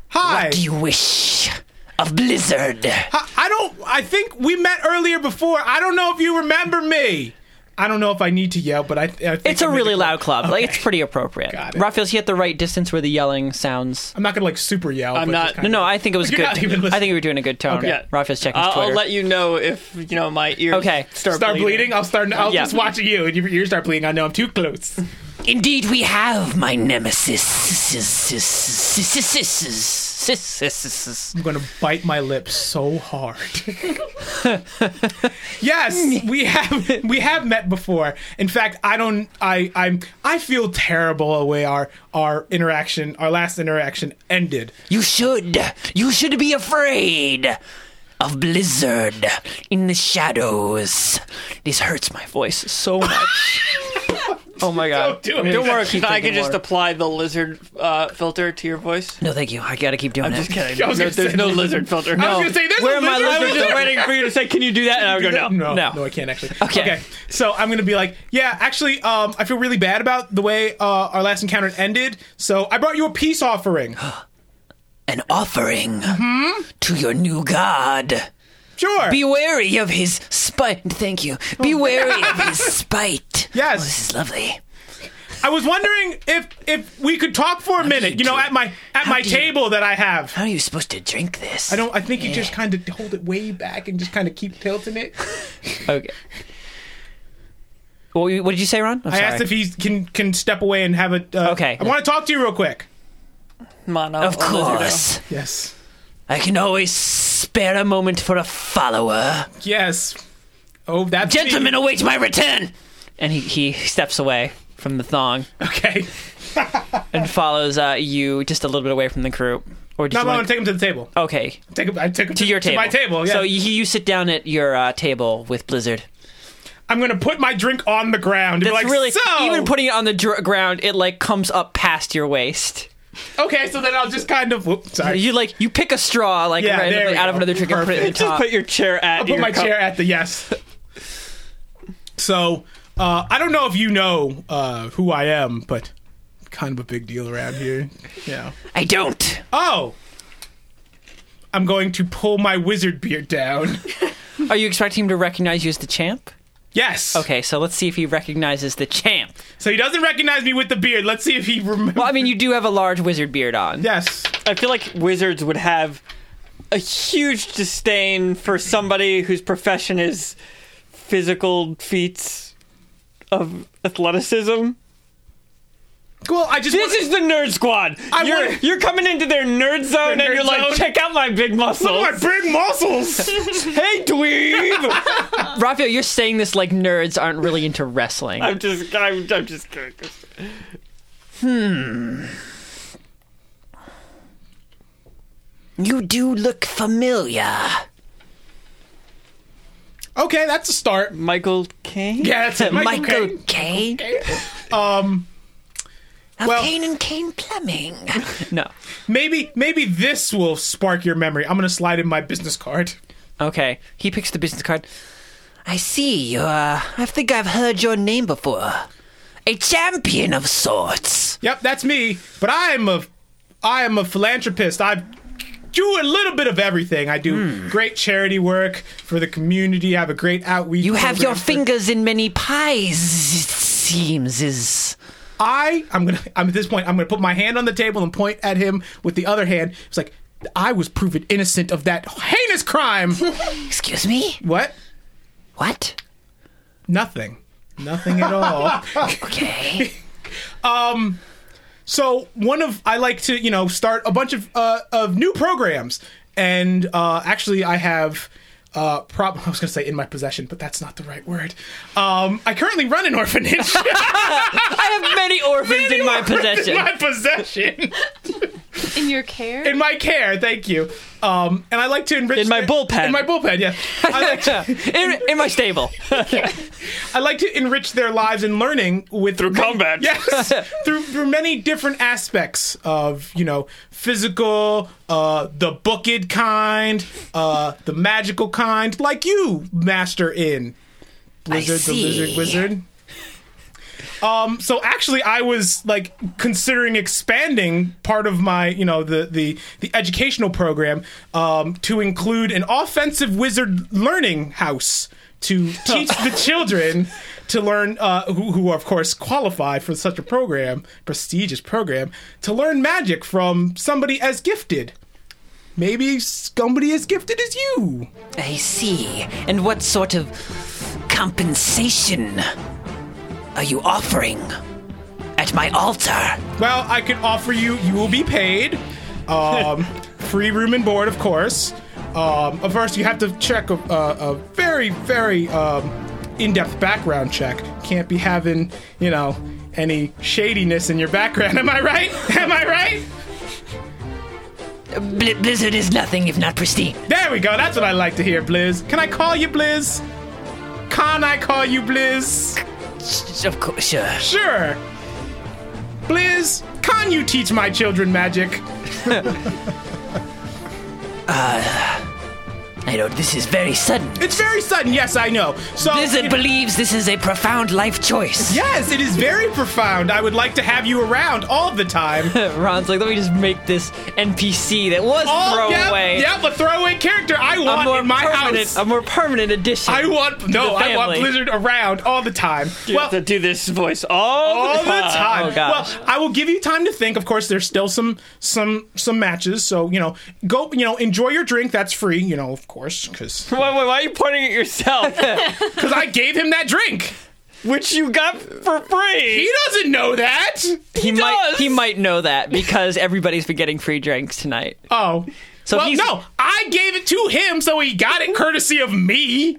Hi. Do you wish of Blizzard? I- I don't. I think we met earlier before. I don't know if you remember me. I don't know if I need to yell, but I. I think It's a I'm really gonna- loud club. Like it's pretty appropriate. Got it. Raphael's he at the right distance where the yelling sounds. I'm not gonna like super yell. I'm but not- just No, kinda- no, I think it was You're good. not even I think listening. you were doing a good tone. Okay. Raphael's checking his Uh, I'll, Twitter. I'll let you know if you know my ears. Okay. start, Start bleeding. I'll start. I'll Yeah. just watch you, and your ears start bleeding. I know I'm too close. Indeed, we have my nemesis. Sis- sis- sis- sis- sis- sis- sis- sis- sis- sis. I'm gonna bite my lips so hard. yes, we have we have met before. In fact, I don't. I I'm. I feel terrible the way our our interaction, our last interaction ended. You should. You should be afraid of Blizzard in the shadows. This hurts my voice. so much. oh my god. do it. Don't worry, Keep I drinking can just water. apply the lizard uh, filter to your voice. No, thank you. I gotta keep doing I'm it. just kidding. I was No, gonna there's say- no lizard filter. I was gonna say there's Where a am I lizard listening over to? there. waiting for you to say, "Can you do that?" And I would go, Oh, "No." no, No. no, I can't actually. Okay. so I'm gonna be like, yeah, actually, um, I feel really bad about the way uh, our last encounter ended. So I brought you a peace offering. An offering to your new god. Sure. Be wary of his spite. Thank you. Be wary of his spite. Yes. Oh, this is lovely. I was wondering if if we could talk for a minute. You know, at my at my do you- table that I have. How are you supposed to drink this? I don't. I think you just kind of hold it way back and just kind of keep tilting it. Okay. What, what did you say, Ron? I'm I sorry. asked if he can can step away and have a. Uh, Okay. I want to talk to you real quick. Mono. Of course. Yes. I can always spare a moment for a follower. Yes. Oh, that's me. Gentlemen, await my return. and he, he steps away from the thong Okay. and follows uh, you just a little bit away from the group. Or did No, you I'm wanna- gonna take him to the table. Okay, Take him. I took him to your table. To my table. Yeah. So you, you sit down at your uh, table with Blizzard. I'm gonna put my drink on the ground. That's and be like, really so. even putting it on the dr- ground. It like comes up past your waist. okay, so then I'll just kind of. Whoop, sorry. You like you pick a straw like Yeah, there randomly we out of go. another drink and put it in the Just top. put your chair at. I'll put your my cup. chair at the yes. so uh, I don't know if you know uh, who I am, but kind of a big deal around here. Yeah. I don't. Oh. I'm going to pull my wizard beard down. Are you expecting him to recognize you as the champ? Yes. Okay, so let's see if he recognizes the champ. So he doesn't recognize me with the beard. Let's see if he remembers. Well, I mean, you do have a large wizard beard on. yes. I feel like wizards would have a huge disdain for somebody whose profession is physical feats of athleticism. Well, I just. This wanna- is the nerd squad. I you're wanna- you're coming into their nerd zone Their and you're nerd like, zone. check out my big Look muscles. at my big muscles. hey, dweeb. Raphael, you're saying this like nerds aren't really into wrestling. I'm just I'm, I'm just curious. You do look familiar. okay, that's a start. Michael Caine. Yeah, that's it. Michael Michael Caine. Caine Um, of Well- Caine and Caine Plumbing. no. maybe maybe this will spark your memory. I'm gonna slide in my business card. Okay. He picks the business card. I see. You are. I think I've heard your name before. A champion of sorts. Yep, that's me. But I'm a I am a philanthropist. I've do a little bit of everything. I Hmm. do great charity work for the community. I have a great outreach. You have your program for- fingers in many pies, it seems. Is I I'm gonna I'm at this point I'm gonna put my hand on the table and point at him with the other hand. It's like I was proven innocent of that heinous crime. excuse me? what? What? Nothing. Nothing at all. Um, Okay. so one of I like to you know start a bunch of uh, of new programs, and uh, actually I have. Uh, prob- I was going to say in my possession, but that's not the right word. Um, I currently run an orphanage. I have many orphans in my possession. my possession. in your care. in my care. Thank you. Um, and I like to enrich In my their- bullpen. In my bullpen, yeah. I like to, in, in my stable. I like to enrich their lives and learning with Through combat. Yes, through through many different aspects of you know physical, uh, the booked kind, uh, the magical kind, like you, master in Blizzard, the lizard see. wizard. Um, so actually, I was like considering expanding part of my, you know, the the, the educational program um, to include an offensive wizard learning house to teach the children to learn, uh, who, who are of course qualified for such a program, prestigious program, to learn magic from somebody as gifted. Maybe somebody as gifted as you. I see. And what sort of compensation are you offering at my altar? Well, I could offer you. You will be paid. Um, free room and board, of course. Um, of course, you have to check a, a, a very, very um, in-depth background check. Can't be having, you know, any shadiness in your background. Am I right? Am I right? Bl- Blizzard is nothing if not pristine. There we go. That's what I like to hear, Blizz. Can I call you Blizz? Can I call you Blizz? Of course, sure. Sure. Blizz, can you teach my children magic? I know this is very sudden. It's very sudden. Yes, I know. So Blizzard it- believes this is a profound life choice. Yes, it is very profound. I would like to have you around all the time. Ron's like, let me just make this NPC that was All, throwaway Yep, yep, a throwaway character I a want more Oh, in my permanent, house. a more permanent addition. I want no, the I want family. Blizzard around all the time. You well, have to do this voice all, all the time. Oh, gosh. Well, I will give you time to think. Of course, there's still some some some matches, so you know, go you know, enjoy your drink. That's free, you know, of course, because Why, why, why are you pointing at yourself? because I gave him that drink. Which you got for free. He doesn't know that. he might does. he might know that because everybody's been getting free drinks tonight. Oh, So well, he's no, I gave it to him, so he got it courtesy of me.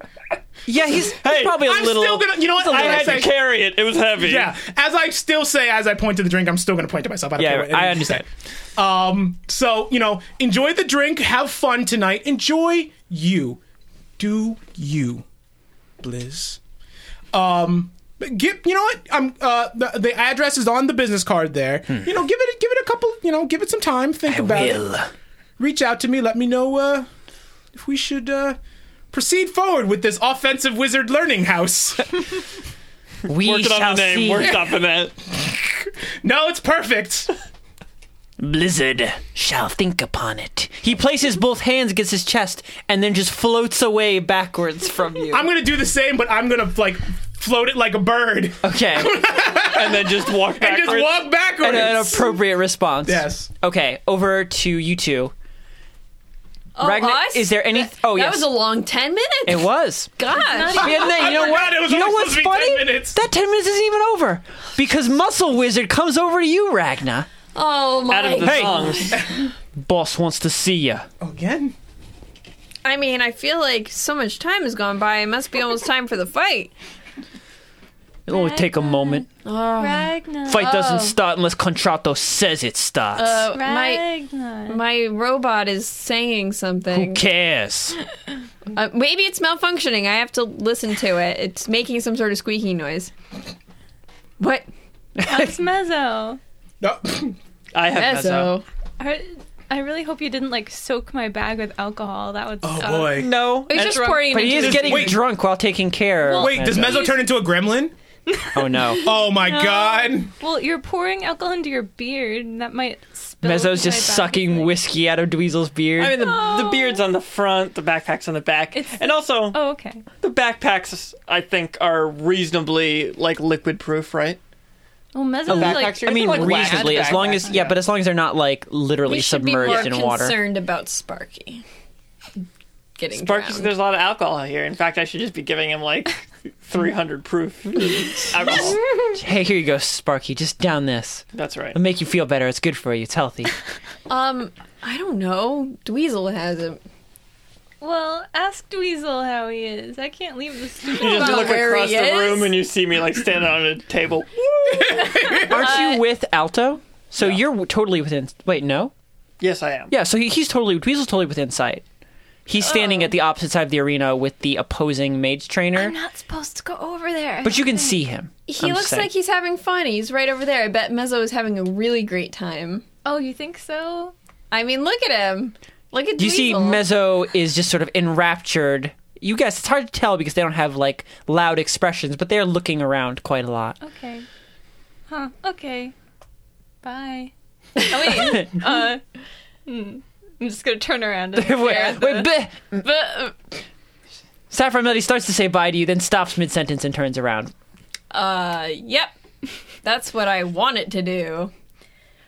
yeah he's, he's probably a I'm little still gonna. You know what? a I little had I had to say, carry it. It was heavy. yeah. As I still say, as I point to the drink, I'm still going to point to myself. I don't Yeah, care what I anyone understand. says. Um. So you know, enjoy the drink, have fun tonight, enjoy you, do you, Blizz. Um. but Give you know what? I'm uh the, the address is on the business card there. You know, give it give it a couple. You know, give it some time. Think about it. Hmm. will. Reach out to me. Let me know uh if we should uh proceed forward with this offensive wizard learning house. We Working on shall the name. see. Worked up in that. no, it's perfect. Blizzard shall think upon it. He places both hands against his chest and then just floats away backwards from you. I'm gonna do the same, but I'm gonna like float it like a bird okay, And then just walk and backwards. just walk backwards. an, an appropriate response. yes. Okay, over to you two. Oh, Ragnar- us? is there any- oh, that yes. was a long ten minutes. It was. Gosh, Yeah, no, you know forgot what? it was you know only what's supposed to be funny? 10 minutes. That ten minutes isn't even over because Muscle Wizard comes over to you, Ragna. oh my! out of the Hey. songs. Boss wants to see you. Oh, Again. I mean, I feel like so much time has gone by. It must be almost time for the fight. It'll only take a moment. Ragnar. Fight doesn't Oh. start unless Contrato says it starts. Uh, my Ragnar. my robot is saying Who something. cares? Uh, maybe it's malfunctioning. I have to listen to it. It's making some sort of squeaky noise. What? That's Mezzo. No. I have Mezzo. Mezzo. I, I really hope you didn't like soak my bag with alcohol. That would. Oh suck. boy. Uh, No. He's And- just pouring it But he into is the getting Wait. drunk while taking care. Well- Wait, does Mezzo turn into a gremlin? Oh no. Oh my god. Well, you're pouring alcohol into your beard, and that might spill. Mezzo's to my just back. sucking Like- whiskey out of Dweezil's beard. I mean, the, the Oh. beard's on the front, the backpack's on the back, It's- and also Oh, okay. the backpacks I think are reasonably like liquid proof, right? Well, Mezzo backpacks like I mean, like, wet reasonably, as long as backpack. yeah, but as long as they're not like literally we should be more submerged in water. concerned about Sparky getting Sparky's, drowned. there's a lot of alcohol here. In fact, I should just be giving him like 300 proof alcohol. Hey, here you go, Sparky. Just down this. That's right. It'll make you feel better. It's good for you. It's healthy. Um, I don't know. Dweezil has him. well, ask Dweezil how he is. I can't leave the You studio. just About look where across he the is? room and you see me like standing on a table. Aren't you with Alto? So you're w- totally within. Wait, no. Yes, I am. Yeah, so he, he's totally Dweezil's totally within sight. He's Oh. standing at the opposite side of the arena with the opposing mage trainer, I'm not supposed to go over there. but you can see him. He I'm just looks saying. like he's having fun. He's right over there. I bet Mezzo is having a really great time. Oh, you think so? I mean, look at him. Look at You see, Dweezil. Mezzo is just sort of enraptured. You guys, it's hard to tell because they don't have like loud expressions, but they're looking around quite a lot. Okay. Huh. Okay. Bye. Oh wait. uh, hmm. I'm just gonna turn around and stare wait, at wait, the- bleh. uh, but, Saffron Melody starts to say bye to you, then stops mid sentence and turns around. Uh, yep. That's what I want it to do.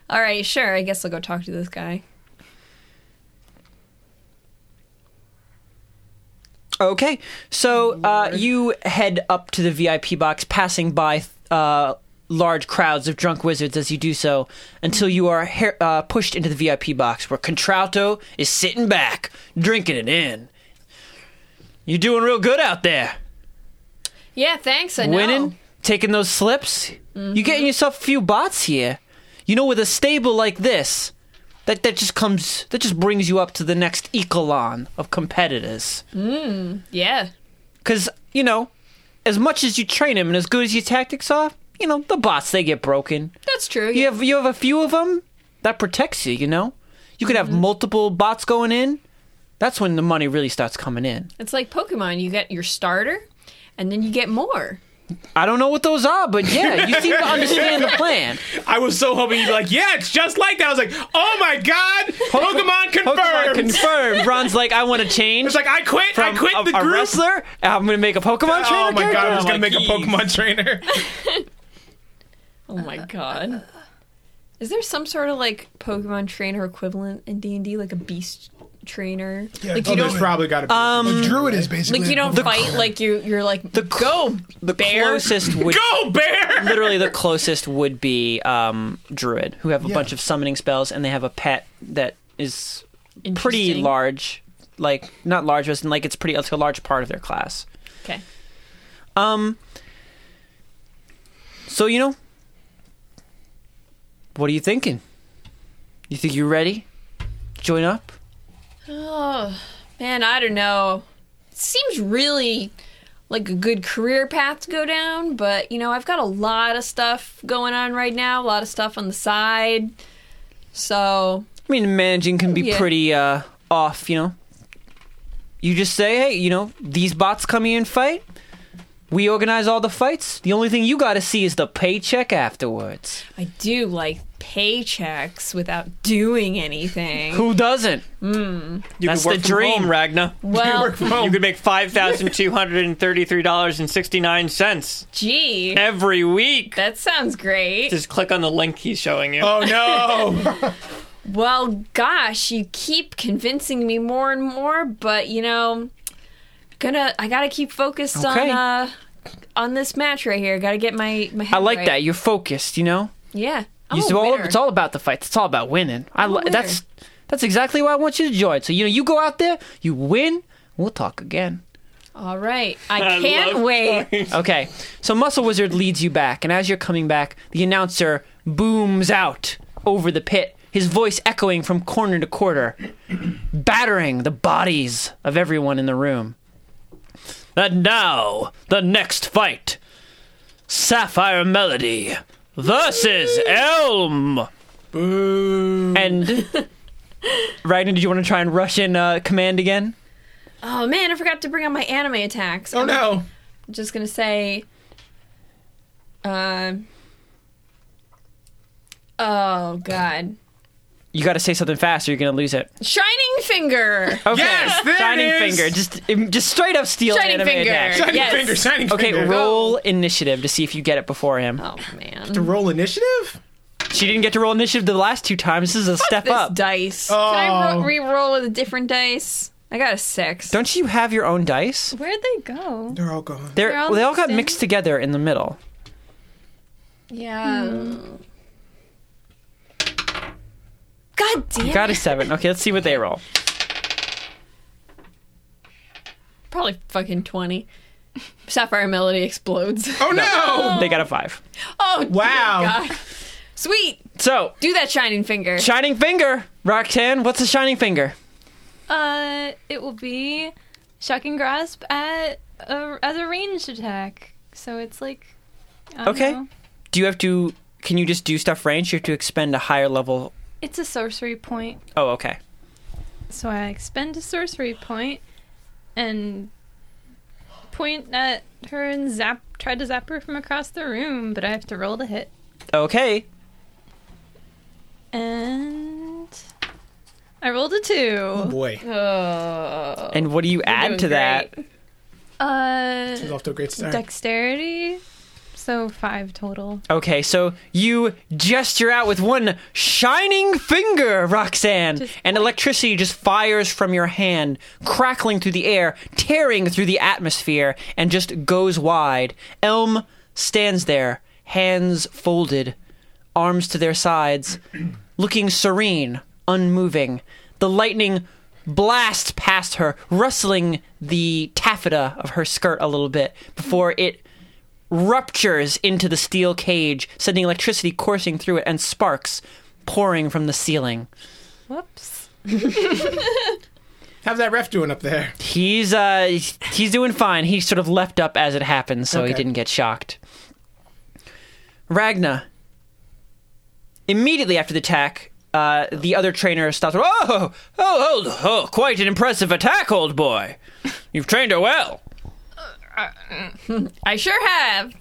All right, sure. I guess I'll go talk to this guy. Okay, so uh, you head up to the VIP box, passing by uh, large crowds of drunk wizards as you do so, until you are hair uh, pushed into the VIP box where Contralto is sitting back, drinking it in. You're doing real good out there. Yeah, thanks. I know. Mm-hmm. winning, taking those slips. You're getting yourself a few bots here. You know, with a stable like this, that that just comes, that just brings you up to the next echelon of competitors. Yeah. Because you know, as much as you train them and as good as your tactics are, you know the bots they get broken. That's true. You have you have a few of them that protects you. You know, you could have multiple bots going in. That's when the money really starts coming in. It's like Pokemon. You get your starter, and then you get more. I don't know what those are, but yeah, you seem to understand the plan. I was so hoping you'd be like, yeah, it's just like that. I was like, oh my god, Pokemon confirmed. Pokemon confirmed. Ron's like, I want to change. It's like I quit. I from quit a, the a group. wrestler. I'm gonna make a Pokemon trainer. oh my god, I was gonna Like, make a geez. Pokemon trainer. Oh my Uh, god. Is there some sort of like Pokemon trainer equivalent in D and D, like a beast trainer? Yeah, like oh, you There's don't, probably got to be. Um, A druid is basically like you don't the, fight. Like you, you're like the go the bear. closest would Go bear. literally the closest would be um, druid, who have a Yeah. bunch of summoning spells, and they have a pet that is pretty Interesting. large. Like not large, but like it's pretty. It's a large part of their class. Okay. Um. So you know, what are you thinking? You think you're ready? Join up. Oh man, I don't know. Seems really like a good career path to go down, but you know I've got a lot of stuff going on right now. A lot of stuff on the side. So I mean, managing can be Yeah. pretty uh, off, you know. You just say, hey, you know, these bots come here and fight. We organize all the fights. The only thing you got to see is the paycheck afterwards. I do like paychecks without doing anything. Who doesn't? You That's could work the from dream. home, Ragna. Well, You could make five thousand two hundred and thirty-three dollars and sixty-nine cents gee, every week. that sounds great. Just click on the link he's showing you. Oh no. Well, gosh, you keep convincing me more and more, but you know, gonna I gotta keep focused Okay. on uh on this match right here. Gotta get my my. Head I like right. that. You're focused, you know? Yeah, Oh, I'm You- Oh, a it's, all, winner. it's all about the fights. It's all about winning. I li- winner. that's that's exactly why I want you to join. So, you know, you go out there, you win, we'll talk again. all right. I I can't love wait. Okay, so Muscle Wizard leads you back, and as you're coming back, the announcer booms out over the pit, his voice echoing from corner to corner, battering the bodies of everyone in the room. And now, the next fight Sapphire Melody versus Elm. Boom. And. Ragnar, did you want to try and rush in uh, command again? Oh, Oh man, I forgot to bring out my anime attacks. Oh no. I'm just gonna say, Um. oh God, You got to say something fast, or you're gonna lose it. Shining Finger. Okay. Yes, there it shining is! finger. Just, just straight up steal Shining anime Finger. attack. Shining Yes. finger, shining Okay, finger. roll initiative to see if you get it before him. Oh man, Roll initiative? She didn't get to roll initiative the last two times. This is a step this up. dice. Oh. Can I ro- re-roll with a different dice? I got a 6 Don't you have your own dice? Where'd they go? They're all gone. They're, They're all they all got mixed in. mixed together in the middle. yeah. God damn. Got a it. seven. Okay, let's see what they roll. Probably fucking twenty. Sapphire Melody explodes. Oh no! They got a five. Oh Wow. dear God. Sweet. So, Do that shining finger. shining finger, Roxanne. What's a shining finger? Uh, it will be shocking grasp at a, as a ranged attack. So it's like I don't Okay. know. Do you have to? Can you just do stuff range? You have to expend a higher level. It's a sorcery point. Oh, okay. So I expend a sorcery point and point at her and zap try to zap her from across the room, but I have to roll to hit. Okay. And I rolled a two. Boy, Oh. And what do you add doing to that? Uh she's off to a great start. dexterity. So five total. Okay, so you gesture out with one shining finger, Roxanne, Just- and electricity just fires from your hand, crackling through the air, tearing through the atmosphere, and just goes wide. Elm stands there, hands folded, arms to their sides, looking serene, unmoving. The lightning blasts past her, rustling the taffeta of her skirt a little bit before it ruptures into the steel cage, sending electricity coursing through it and sparks pouring from the ceiling. Whoops. How's that ref doing up there? He's uh he's doing fine. He sort of leapt up as it happened, so he Okay. didn't get shocked. Ragna. Immediately after the attack, uh, the other trainer stops. Oh, oh, oh, oh, quite an impressive attack, old boy. You've trained her well. I sure have.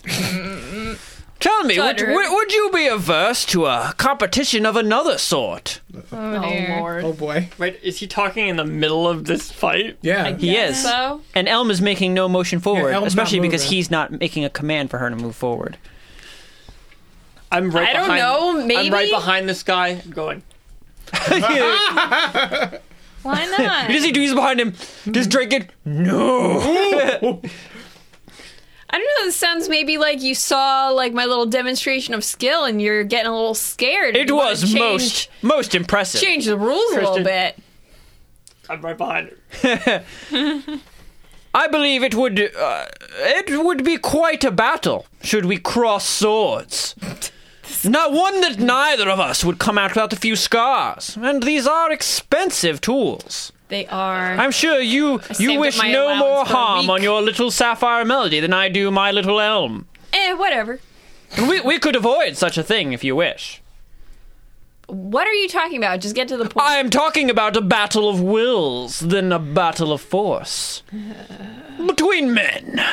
Tell me, would, Shudder. would, would you be averse to a competition of another sort? Oh, dear. Oh boy. Wait, is he talking in the middle of this fight? Yeah. He is. So And Elm is making no motion forward, Elm's not especially because moving. he's not making a command for her to move forward. I'm right. I don't behind- know, maybe? I'm right behind this guy. Going. Why not? What does he do? He's behind him, Mm-hmm. just drinking. No. I don't know. This sounds maybe like you saw like my little demonstration of skill, and you're getting a little scared. it You wanna was change- most most impressive. change the rules a Kristen. little bit. I'm right behind. Her. I believe it would uh, it would be quite a battle should we cross swords. Not one that neither of us would come out without a few scars, and these are expensive tools. They are. I'm sure you saved you up wish my no allowance more for a harm week. on your little sapphire melody than I do my little elm. eh, whatever. We, we could avoid such a thing if you wish. What are you talking about? Just get to the point. I am talking about a battle of wills than a battle of force. Between men.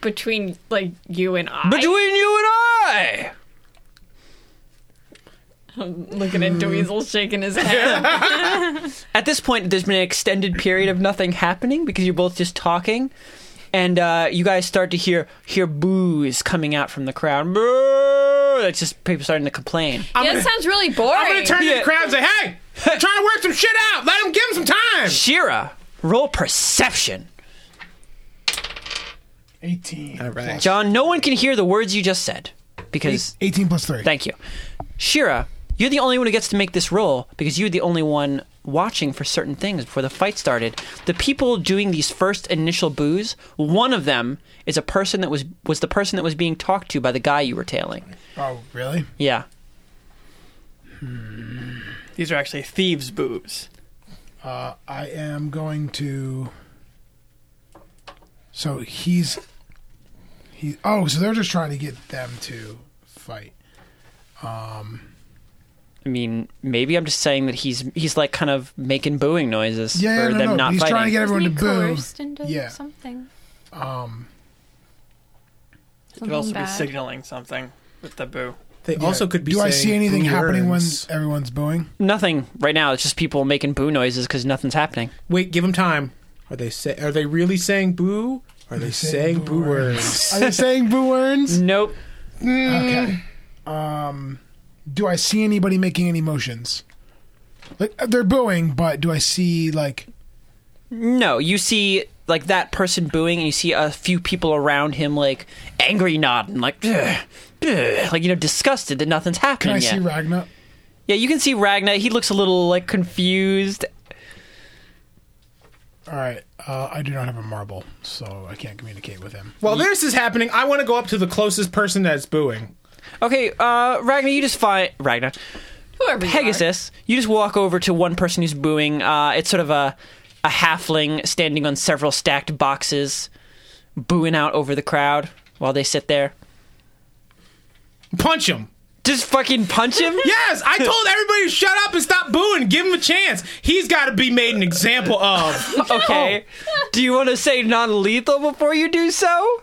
Between like you and I. Between you and I. I'm looking at Dweezil shaking his head. At this point, there's been an extended period of nothing happening because you're both just talking. And uh, you guys start to hear hear boos coming out from the crowd. Boo! That's just people starting to complain. yeah, that sounds really boring. I'm gonna turn to Yeah. the crowd and say, "Hey, I'm trying to work some shit out. Let him give him some time." Shira, roll perception. 18. All right. John, no one can hear the words you just said because 18 plus 3. Thank you. Shira, you're the only one who gets to make this roll because you're the only one watching for certain things before the fight started. The people doing these first initial boos, one of them is a person that was was the person that was being talked to by the guy you were tailing. oh, really? Yeah. These are actually thieves' boobs. Uh, I am going to. So he's. He. Oh, so they're just trying to get them to fight. I mean, maybe I'm just saying that he's he's like kind of making booing noises Yeah, for no, them no. not he's fighting. trying to get Wasn't everyone to he boo. coerced into Yeah. something. Um, Something Could also be bad. signaling something with the boo. They also could be. Do I saying see anything who happening when yearns. everyone's booing? Nothing right now. It's just people making boo noises because nothing's happening. Wait, give them time. Are they say? Are they really saying boo? Are they saying boo words? Are they saying boo words? Nope. Okay. Mm. Um, do I see anybody making any motions? Like uh, they're booing, but do I see like No, you see like that person booing, and you see a few people around him like angry nodding, like "Ugh, ugh," like you know disgusted that nothing's can happening I yet. see Ragna? yeah, you can see Ragna. He looks a little like confused. All right. Uh, I do not have a marble, so I can't communicate with him. While this is happening, I want to go up to the closest person that's booing. Okay, uh, Ragna, you just find Ragna. Whoever you are. Pegasus, you just walk over to one person who's booing. Uh, it's sort of a a halfling standing on several stacked boxes, booing out over the crowd while they sit there. Punch him. Just fucking punch him. Yes, I told everybody to shut up and stop booing. Give him a chance. He's got to be made an example of. Okay. Oh. Do you want to say non-lethal before you do so?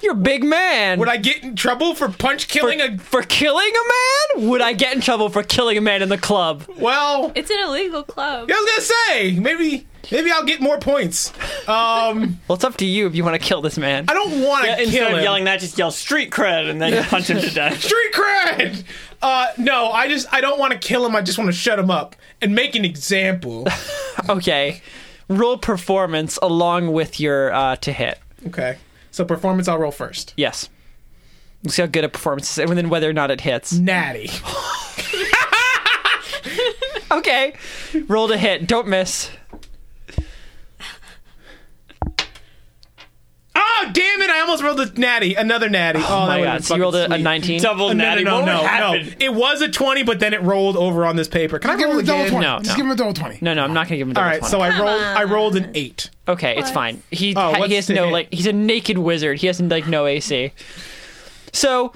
You're a big man. Would I get in trouble for punch killing a? for killing a man? Would I get in trouble for killing a man in the club? Well, It's an illegal club. I was gonna say maybe maybe I'll get more points. Um, Well, it's up to you if you want to kill this man. I don't want to Yeah, kill instead him. of yelling that, just yell street cred and then you punch him to death. Street cred. Uh, no, I just I don't want to kill him. I just want to shut him up and make an example. Okay. Roll performance along with your uh, to hit. Okay, so performance I'll roll first. Yes. We'll see how good a performance is, and then whether or not it hits. Natty. Okay. Roll to hit. Don't miss. Oh damn it! I almost rolled a natty. Another natty. Oh, my god. that god! So you rolled a, a 19? Double natty. No, what no, would no, no. happen? It was a twenty, but then it rolled over on this paper. Can I Give roll him a double again? twenty. No, Just no. give him a double twenty. No, no, I'm not going to give him a All double right, 20. so I Come rolled. I on. rolled an eight. Okay, it's What? fine. He Oh, ha- what's he has the no hit? like he's a naked wizard. He has like no AC. So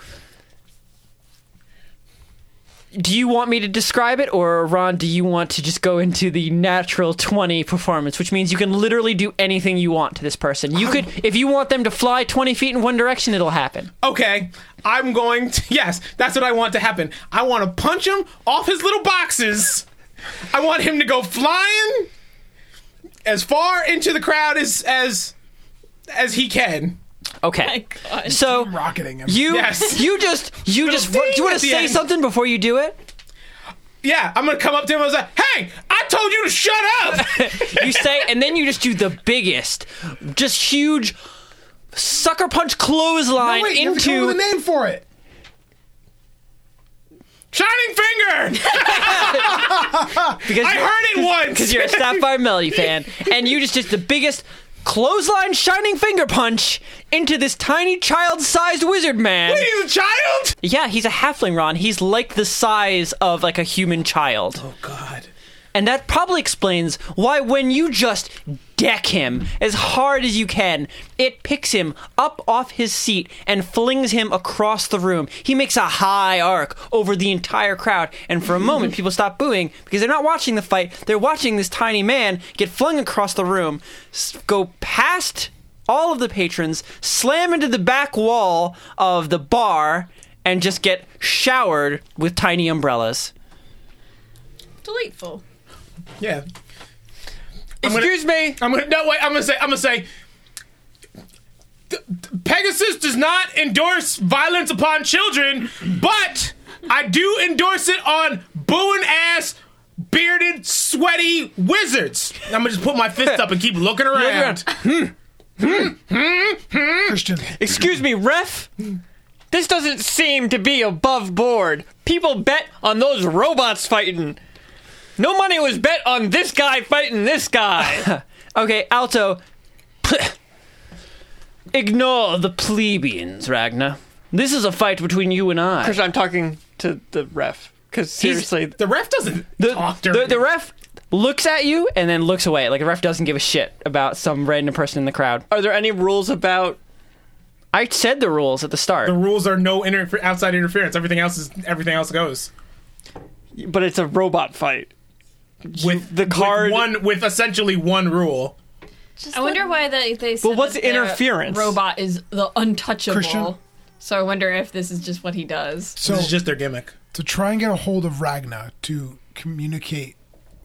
do you want me to describe it or Ron do you want to just go into the natural 20 performance which means you can literally do anything you want to this person. You could if you want them to fly 20 feet in one direction it'll happen. Okay, I'm going to. Yes, that's what I want to happen. I want to punch him off his little boxes. I want him to go flying as far into the crowd as as as he can. Okay. God. So Rocketing him. you Yes. you just you just do ding you want at to the say end. something before you do it? Yeah, I'm gonna come up to him and I was like, "Hey, I told you to shut up." you say, and then you just do the biggest, just huge sucker punch clothesline Oh, wait, you have to come up into. with a name for it. Shining finger. because I heard it once. because you're a Sapphire Melody fan, and you just did the biggest clothesline shining finger punch into this tiny child-sized wizard man. He's a child. Yeah, he's a halfling, Ron. He's like the size of like a human child. Oh God. And that probably explains why when you just deck him as hard as you can, it picks him up off his seat and flings him across the room. He makes a high arc over the entire crowd, and for a moment people stop booing because they're not watching the fight. They're watching this tiny man get flung across the room, s- go past all of the patrons, slam into the back wall of the bar, and just get showered with tiny umbrellas. Delightful. Yeah. I'm gonna- Excuse me. I'm gonna no wait. I'm gonna say. I'm gonna say. th- th- Pegasus does not endorse violence upon children, but I do endorse it on booing ass, bearded, sweaty wizards. I'm gonna just put my fist up and keep looking around. Mm. Christian. Excuse me, ref. This doesn't seem to be above board. People bet on those robots fighting. No money was bet on this guy fighting this guy. Okay, Alto. Ignore the plebeians, Ragnar. This is a fight between you and I. Because I'm talking to the ref. Because He's- seriously, The ref doesn't The, talk during. the, the ref looks at you and then looks away. Like, the ref doesn't give a shit about some random person in the crowd. are there any rules about? I said the rules at the start. the rules are no inter- outside interference. Everything else is everything else goes But it's a robot fight. with the card- with one with essentially one rule. I wonder why they they. Said Well, what's that their interference? Robot is the untouchable. Christian? So I wonder if this is just what he does. So this is just their gimmick. to try and get a hold of Ragna to communicate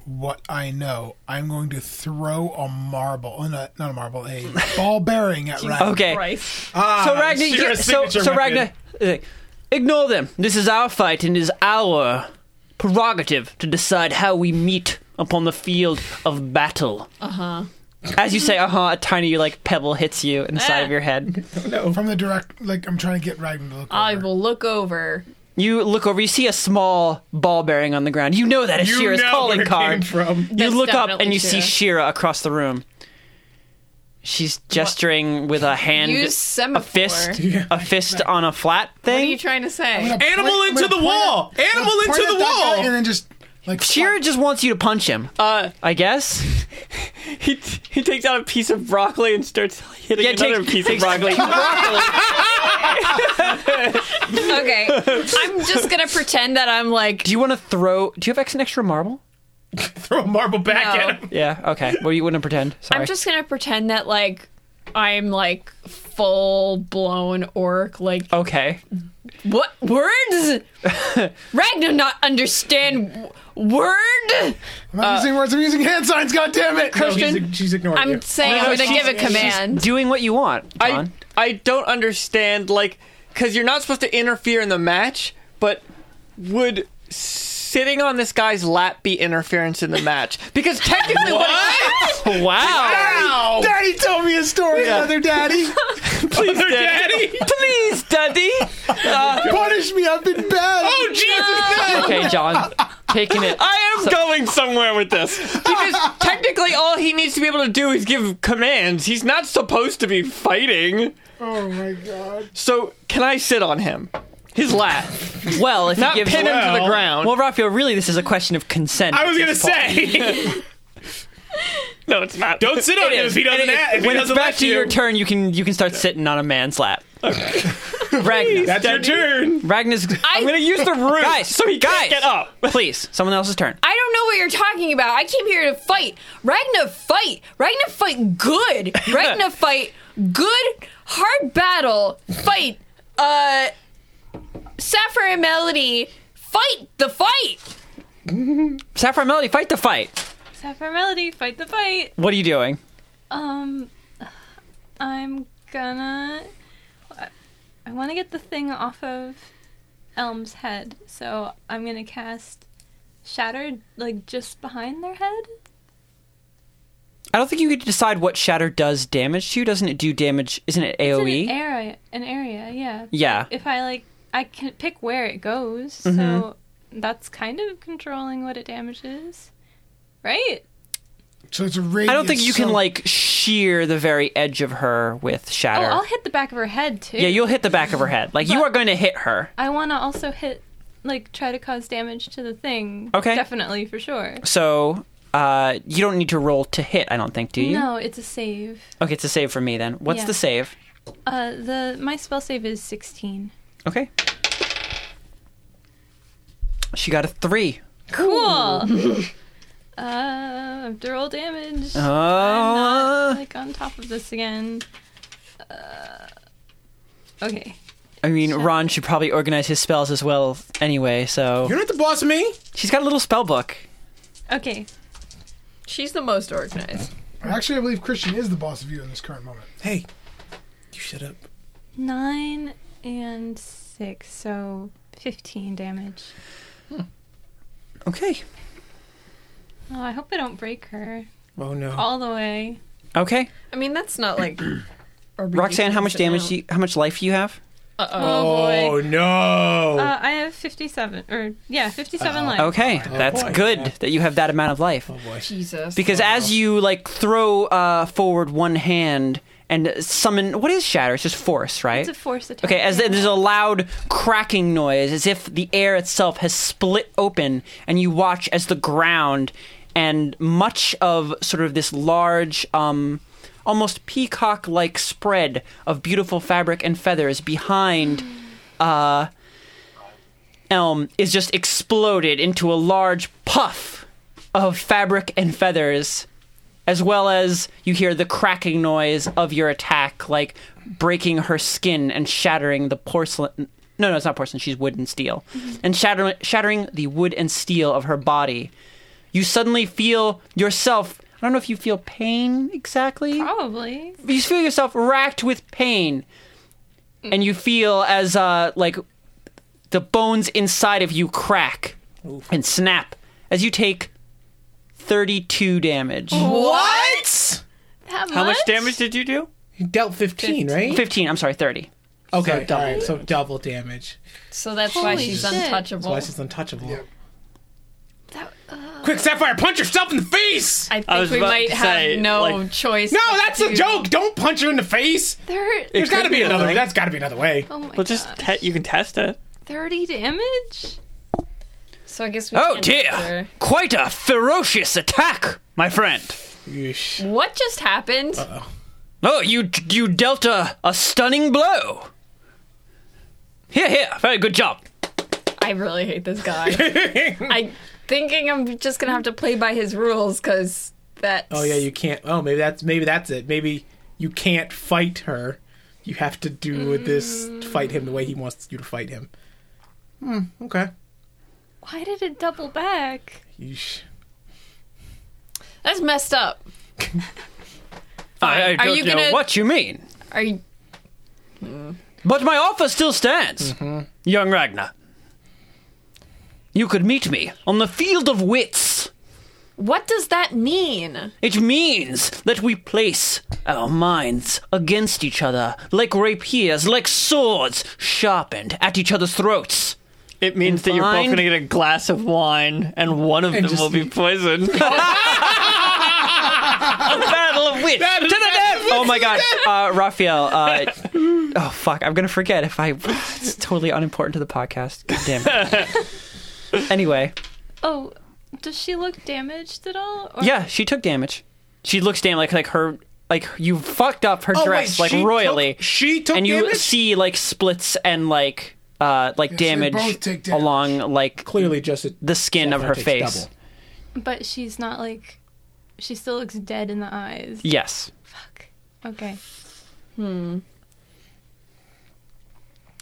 what I know, I'm going to throw a marble, oh, not, not a marble, a ball bearing at Ragna. Okay. Christ. Ah, So Ragnar, Shira's yeah, so, signature so weapon. Ragnar, uh, ignore them. This is our fight, and it is our prerogative to decide how we meet upon the field of battle. Uh Uh-huh. huh. As you say, uh huh, a tiny like pebble hits you Eh. inside of your head. From the direct, like, I'm trying to get Ragna to look I over. will look over. You look over, you see a small ball bearing on the ground. You know that is You Shira's know calling where it card. came from. You That's look up definitely and you see Shira. Shira across the room. She's gesturing with a hand, Use a semaphore. fist, a fist on a flat What are thing. you trying to say? I'm gonna Animal point- I'm into gonna the point wall! at- I'm Animal gonna point into at the that guy wall! And then just, like, Shira just wants you to punch him. Uh, I guess. he he takes out a piece of broccoli and starts hitting Yeah, another takes- piece of broccoli. okay, I'm just gonna pretend that I'm like. Do you want to throw? Do you have ex- an extra marble? Throw a marble back No. at him. Yeah. Okay. Well, you wouldn't pretend. Sorry. I'm just gonna pretend that like I'm like full blown orc. Like Okay. what words? Ragnar not understand w- word. I'm not using words, I'm using hand signs, God damn it! No, he's, she's ignoring you. I'm saying no, I'm gonna she's- give a command. Doing what you want, I John. I don't understand like because you're not supposed to interfere in the match, but would sitting on this guy's lap be interference in the match? Because technically, what? wow. Ow! Daddy told me a story, another daddy! please, Their Daddy. daddy! Please, Daddy. Punish me, I've been bad! Oh, Jesus! no. okay, John. Taking it. I am going somewhere with this because technically, all he needs to be able to do is give commands. He's not supposed to be fighting. oh my god. So, can I sit on him? His lap, Well, if not you give pin him to the Well- ground. Well, Raphael, really, this is a question of consent. I was at gonna this point. say, no, it's not. don't sit on It him is. if he doesn't. And it- ha- if he when doesn't it's back let to you, your turn, you can you can start sitting on a man's lap. Ragnar. that's your turn. Ragnar's. I'm gonna use the room, guys. so he guys, can't get up. please. Someone else's turn. I don't know what you're talking about. I came here to fight. Ragna fight. Ragna fight good. Ragna fight good. Hard battle. Fight. Uh, Sapphire and Melody fight the fight. Sapphire Melody, fight the fight. Sapphire Melody, fight the fight. What are you doing? Um, I'm gonna. I- I want to get the thing off of Elm's head, so I'm gonna cast Shattered, like just behind their head. I don't think you get to decide what shatter does damage to. Doesn't it do damage? Isn't it E? It's AOE? an area, an area, yeah. yeah. If I like, I can pick where it goes, so Mm-hmm. that's kind of controlling what it damages, right? So it's a radius. I don't think you can so- like shear the very edge of her with Oh, shatter. I'll hit the back of her head too. yeah, you'll hit the back of her head. Like you But- are going to hit her. I want to also hit, like, try to cause damage to the thing. Okay. Definitely, for sure. So uh, you don't need to roll to hit. I don't think. Do you? No, it's a save. Okay, it's a save for me then. What's Yeah. the save? Uh, the my spell save is sixteen. Okay. She got a three. Cool. uh, I have to roll damage. Oh. I'm not like on top of this again. Uh, okay. I mean, Ron should probably organize his spells as well anyway, so. You're not the boss of me. She's got a little spell book. Okay. She's the most organized. Actually, I believe Christian is the boss of you in this current moment. Hey, you shut up. Nine and six, so fifteen damage. Okay. Oh, I hope I don't break her Oh no. all the way. Okay. I mean, that's not like. Roxanne, how much damage do you, how much life do you have? Uh oh. Oh, Oh no. Uh, I have fifty-seven, or yeah, fifty-seven left. Okay. That's boy. good that you have that amount of life. Jesus. Because as you like throw uh, forward one hand and summon what is shatter? It's just force, right? It's a force attack. Okay, as yeah. th- there's a loud cracking noise, as if the air itself has split open, and you watch as the ground and much of sort of this large, um, almost peacock like spread of beautiful fabric and feathers behind uh, Elm is just exploded into a large puff of fabric and feathers as well as you hear the cracking noise of your attack, like breaking her skin and shattering the porcelain. No, no, it's not porcelain. She's wood and steel, and shatter- shattering the wood and steel of her body. You suddenly feel yourself. I don't know if you feel pain exactly Probably. you feel yourself racked with pain and you feel as uh like the bones inside of you crack and snap as you take 32 damage Oh. What? That How much damage did you do? You dealt 15, right? 15 i'm sorry 30 Okay, all right, so double damage. So that's why Holy she's shit. untouchable. That's why she's untouchable. That- uh, Quick, Sapphire, punch yourself in the face! I think was we about might to have say, no like- choice. no, but that's to a joke! Don't punch her in the face! Thir- There's gotta could be be another another. That's gotta be another way. oh my Well, just gosh. te- you can test it. 30 damage? So I guess we Oh can't dear! answer. Quite a ferocious attack, my friend. Yeesh. What just happened? Oh, you you dealt a, a stunning blow. Here, here, very good job. I really hate this guy. I thinking I'm just gonna have to play by his rules because that's Oh yeah, you can't. Oh, maybe that's maybe that's it. Maybe you can't fight her. You have to do with this fight him the way he wants you to fight him. Hmm. Okay. Why did it double back? Yeesh. that's messed up. I, I Are don't you know gonna- what you mean, Are you? but my offer still stands, young Ragnar. You could meet me on the field of wits. What does that mean? It means that we place our minds against each other, like rapiers, like swords sharpened at each other's throats. It means that you're both Inclined. going to get a glass of wine, and one of them just- will be poisoned. Battle of wits to the death. oh my god uh raphael uh oh fuck i'm gonna forget if i it's totally unimportant to the podcast god damn it anyway Oh, does she look damaged at all? Or- yeah she took damage she looks damn like like her like you fucked up Oh, her dress like royally she took and you damage? see like splits and like uh like they damage, both take damage. along like clearly just a, the skin of Sapphire her takes face. double. But she's not like. She still looks dead in the eyes. Yes. Fuck. Okay.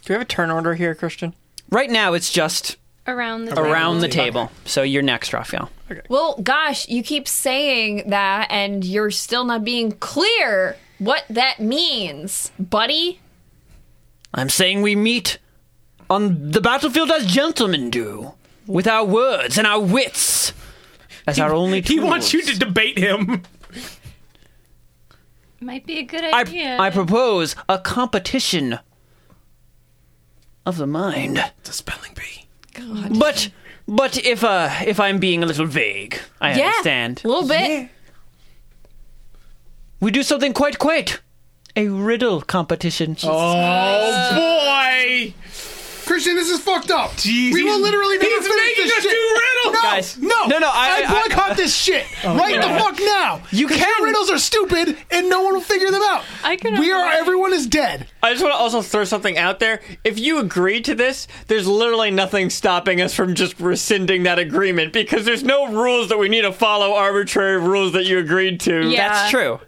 Do we have a turn order here, Christian? Right now it's just Around the around the the table. table. So you're next, Raphael. Well, gosh, you keep saying that, and you're still not being clear what that means, buddy. I'm saying we meet on the battlefield as gentlemen do, with our words and our wits as our only He tools. wants you to debate him. Might be a good I, idea. I propose a competition of the mind. It's a spelling bee. But but if uh if I'm being a little vague, I Yeah, understand. a little bit. We do something quite quaint. A riddle competition. Oh. Oh boy! Christian, this is fucked up. Jeez, we will he's- literally never he's finish making this us shit. do riddles! Oh, No, Guys. no, No, no, I- I- I boycott this shit right the fuck now. You can- riddles are stupid, and no one will figure them out. I can We are. imagine. Everyone is dead. I just want to also throw something out there. If you agree to this, there's literally nothing stopping us from just rescinding that agreement because there's no rules that we need to follow, arbitrary rules that you agreed to. Yeah. That's true.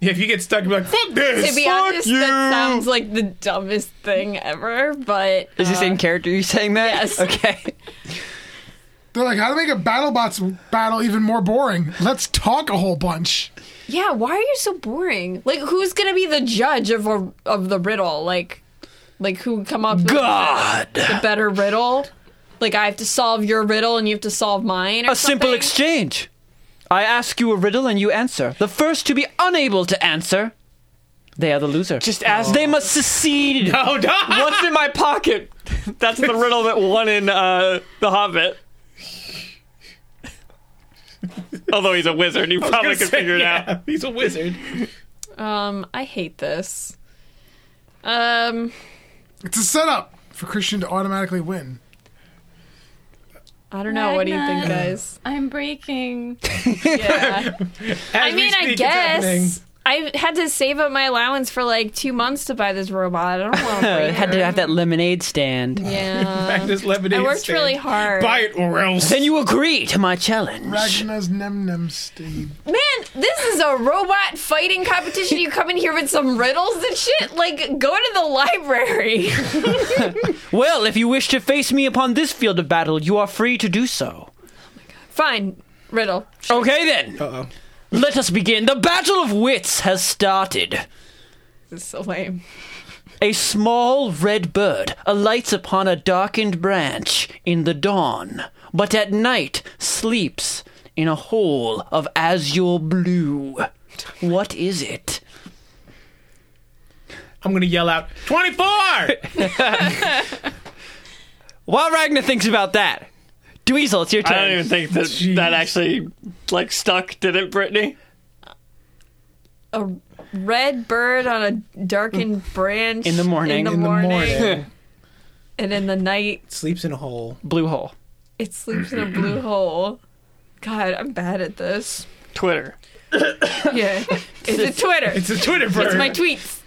Yeah, if you get stuck, you're like, fuck this! To be fuck honest, you! that sounds like the dumbest thing ever, but Is this in character you saying that? yes. Okay. They're like, how to make a BattleBots battle even more boring? Let's talk a whole bunch. yeah, why are you so boring? Like, who's gonna be the judge of a, of the riddle? Like, like who come up with God. the better riddle? Like, I have to solve your riddle and you have to solve mine. Or A simple something? exchange. I ask you a riddle and you answer. The first to be unable to answer, they are the loser. Just ask They must secede. Oh, no! what's in my pocket. That's the riddle that won in uh, The Hobbit. Although he's a wizard, he probably could figure it out. He's a wizard. Um, I hate this. Um, It's a setup for Christian to automatically win. I don't know. What do you think, Ragnar. guys? I'm breaking. Yeah. As I we mean, I speak, it's happening. guess. I had to save up my allowance for like two months to buy this robot. I don't want to. had to have that lemonade stand. Yeah. This lemonade I worked stand. really hard. Buy it or else. Then you agree to my challenge. Ragna's num num Steve. Man, this is a robot fighting competition. You come in here with some riddles and shit. Like, go to the library. Well, if you wish to face me upon this field of battle, you are free to do so. Fine, riddle. Okay then. Uh-oh. Let us begin. The battle of wits has started. This is so lame. A small red bird alights upon a darkened branch in the dawn, but at night sleeps in a hole of azure blue. What is it? I'm gonna yell out 24. While Ragnar thinks about that, Dweezil, it's your I turn. don't even think that that actually like stuck, did it, Brittany? A red bird on a darkened branch In the morning. In the In the morning. and in the night, Sleeps in a hole. Blue hole. it sleeps in a blue hole. God, I'm bad at this. Twitter. Yeah, is it Twitter? It's a Twitter bird. It's my tweets.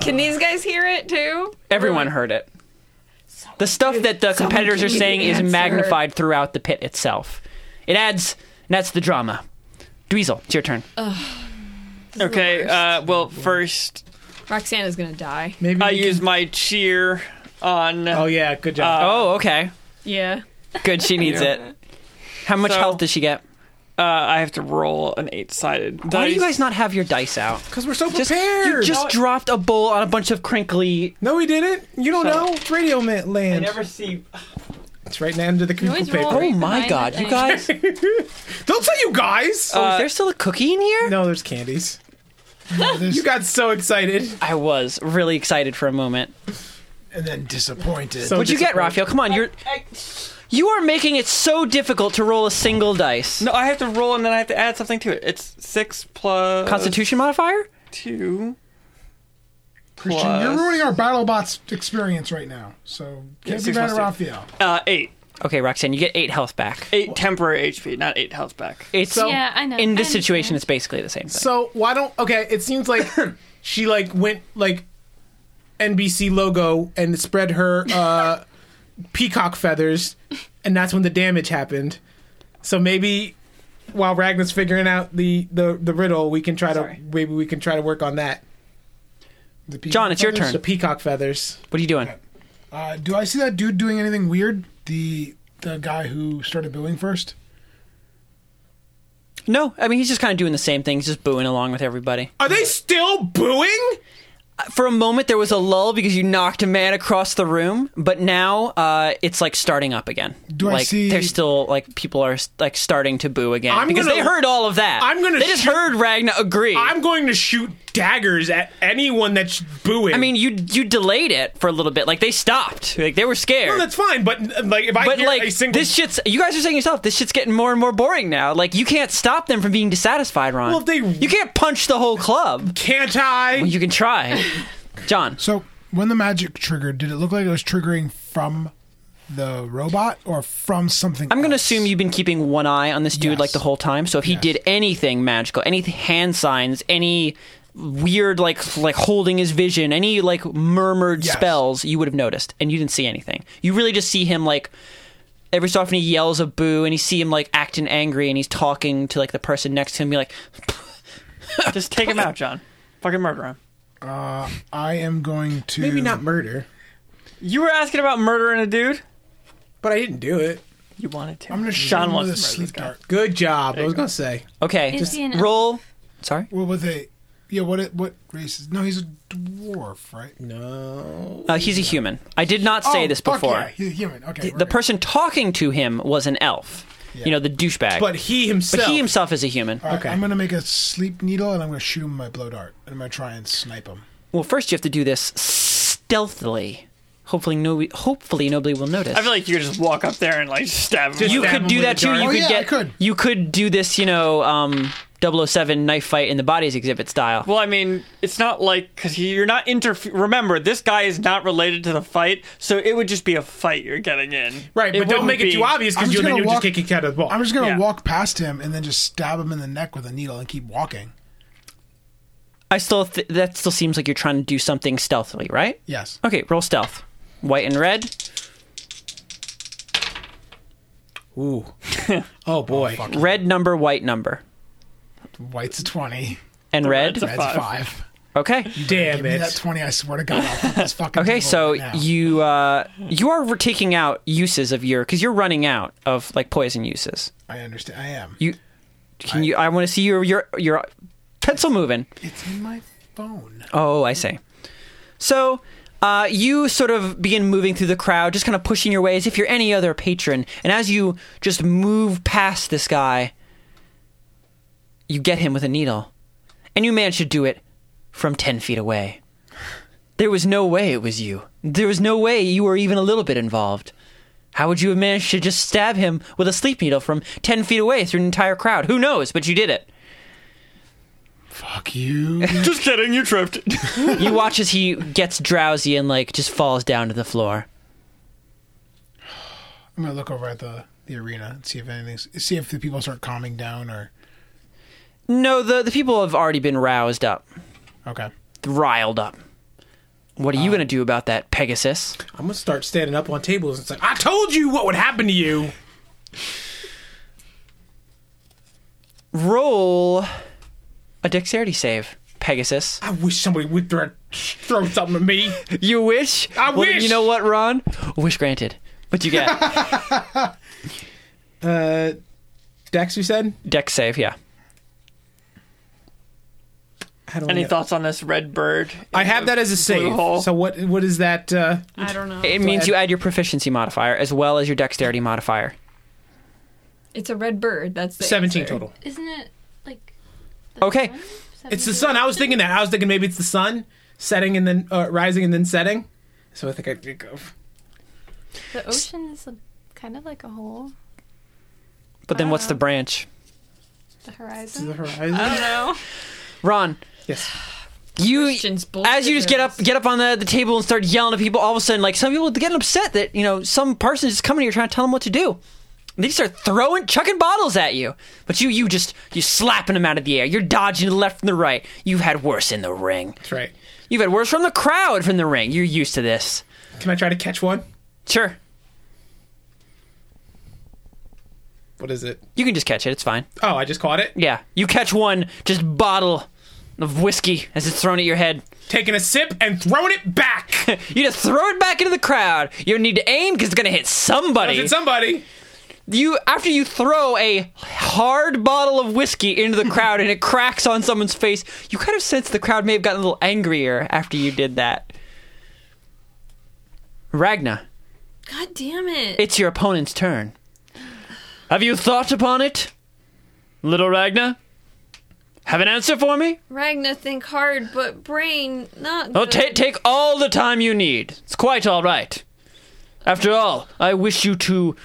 Can these guys hear it too? Everyone heard it. The stuff that the competitors are give me saying the is answer. magnified throughout the pit itself. It adds, and that's the drama. Dweezil, it's your turn. Oh. Okay, uh, well, first, Roxana's gonna die. Maybe I we use my cheer on. can- Hmm. Oh yeah, good job. oh, okay. Yeah. Good, she needs it. How much So- health does she get? Uh, I have to roll an eight sided dice. Why do you guys not have your dice out? Because Oh, we're so Just, prepared. Oh. you just dropped a bowl on a bunch of crinkly. no, we didn't. You don't know. It's radio ma- land. see. It's right now under the crinkle always paper. roll- Oh Break the my mind god, that you thing. guys! Uh, Oh, Don't say you guys. Oh, is there still a cookie in here? no, there's candies. you got so excited. I was really excited for a moment. And then disappointed. So What'd you get, disappointed. Raphael? Come on, you're you are making it so difficult to roll a single dice. No, I have to roll and then I have to add something to it. It's six plus Constitution modifier? two. Christian, you're plus- ruining our BattleBots experience right now. So can't be six mad plus at two. Raphael. Uh, eight. Okay, Roxanne, you get eight health back. Eight temporary HP, not eight health back. It's Yeah, I in know. I this understand. situation, it's basically the same thing. So why don't? Okay, it seems like she like went like NBC logo and spread her uh, peacock feathers, and that's when the damage happened. So maybe while Ragnar's figuring out the the, the riddle, we can try Sorry. to maybe we can try to work on that. The peacock John, it's your feathers? The turn. peacock feathers. What are you doing? Uh, do I see that dude doing anything weird? The the guy who started booing first. No, I mean he's just kind of doing the same thing, he's just booing along with everybody. Are they still booing? For a moment, there was a lull because you knocked a man across the room, but now uh, it's like starting up again. Do I like, see- There's still like people are like starting to boo again I'm because gonna- they heard all of that. I'm gonna They just shoot- heard Ragna agree. I'm going to shoot daggers at anyone that's booing. I mean, you you delayed it for a little bit. Like they stopped. Like they were scared. that's fine, but like if I but hear like a single this shit's you guys are saying yourself this shit's getting more and more boring now like you can't stop them from being dissatisfied ron Well, they- you can't punch the whole club can't I? you can try john So when the magic triggered, did it look like it was triggering from the robot or from something? i'm gonna else? assume you've been keeping one eye on this dude Yes. like the whole time so if he Yes. did anything magical any hand signs any weird like like holding his vision any like murmured Yes. spells you would have noticed and you didn't see anything you really just see him like every so often he yells a boo and you see him like acting angry and he's talking to like the person next to him you're like Just take him out, John. Fucking murder him. Uh, I am going to Maybe not murder, You were asking about murdering a dude? but I didn't do it. You wanted to. I'm going to shoot John him with wants a to murder this sleep guy. dart. Good job. I was gonna say. Okay, Is just he an elf? roll. Sorry. Well, with a yeah, what it- what race is? No, he's a dwarf, right? No. Uh, he's a human. I did not say Oh, this fuck before. Yeah, he's a human. Okay, The person talking to him was an elf. Yeah. You know, the douchebag. But he himself. But he himself is a human. okay. I'm going to make a sleep needle and I'm going to shoot him with my blow dart and I'm going to try and snipe him. Well, first you have to do this stealthily. Hopefully, no. Hopefully, nobody will notice. I feel like you could just walk up there and like stab him. Just with you a- stab could him do with that a too. dart. You Oh, could yeah, I get. could. You could do this. You know, um, 007 knife fight in the bodies exhibit style. Well, I mean, it's not like because you're not interfe Remember, this guy is not related to the fight, so it would just be a fight you're getting in. Right, but don't wouldn't make it be- too obvious I'm because you just then gonna you'll walk- just get kicked out of the ball. I'm just gonna Yeah. walk past him and then just stab him in the neck with a needle and keep walking. I still th- that still seems like you're trying to do something stealthily, right? Yes. Okay, roll stealth. White and red. Ooh. oh boy. Red number, white number. White's a twenty. And red. red's a Red's a five. Okay. Damn Give me that it. twenty. I swear to God. I'll flip this fucking Okay, table so right now. you uh you are taking out uses of your cuz you're running out of like poison uses. I understand. I am. You can you I want to see your your your pencil moving. It's in my phone. Oh, I see. So uh, you sort of begin moving through the crowd, just kind of pushing your way as if you're any other patron. And as you just move past this guy, you get him with a needle. And you manage to do it from 10 feet away. There was no way it was you. There was no way you were even a little bit involved. How would you have managed to just stab him with a sleep needle from 10 feet away through an entire crowd? Who knows, but you did it. Fuck you. Just kidding, you tripped. You watch as he gets drowsy and like just falls down to the floor. I'm gonna look over at the the arena and see if anything. See if the people start calming down or. No, the the people have already been roused up, Okay. riled up. What are you going to do about that, Pegasus? I'm gonna start standing up on tables and say, "I told you what would happen to you." Roll a dexterity save, Pegasus. I wish somebody would throw, throw something at me. You wish? I Well, then wish! You know what, Ron? Wish granted. But you get Uh, Dex, you said. dex save, yeah. How do I Any get- thoughts on this red bird? I have that as a save. hole. So what? What is that? Uh, I don't know. It means you add your proficiency modifier as well as your dexterity modifier. It's a red bird. That's the Seventeen answer. total. Isn't it like? the Okay. sun? It's the sun. I was thinking that. I was thinking maybe it's the sun setting and then uh, rising and then setting. So I think I could go. The ocean is a, kind of like a hole. But then what's Wow. the branch? The to the horizon. horizon. I Uh, don't know. Ron, yes. you Christian's bullshit as you just get up girls. get up on the, the table and start yelling at people all of a sudden like some people get upset that you know some person is coming here trying to tell them what to do And they start throwing chucking bottles at you but you you just you slapping them out of the air you're dodging to the left and the right you've had worse in the ring That's right. you've had worse from the crowd from the ring you're used to this Can I try to catch one? sure What is it? you can just catch it it's fine Oh, I just caught it. yeah you catch one just bottle of whiskey as it's thrown at your head Taking a sip and throwing it back. you just throw it back into the crowd you need to aim because it's gonna hit somebody Hit somebody. you after you throw a hard bottle of whiskey into the crowd and it cracks on someone's face, you kind of sense the crowd may have gotten a little angrier after you did that. Ragna, God damn it. it's your opponent's turn. Have you thought upon it, little Ragna? Have an answer for me? Ragna, think hard, but brain, not. Oh, good. ta take all the time you need. It's quite all right. After all, I wish you to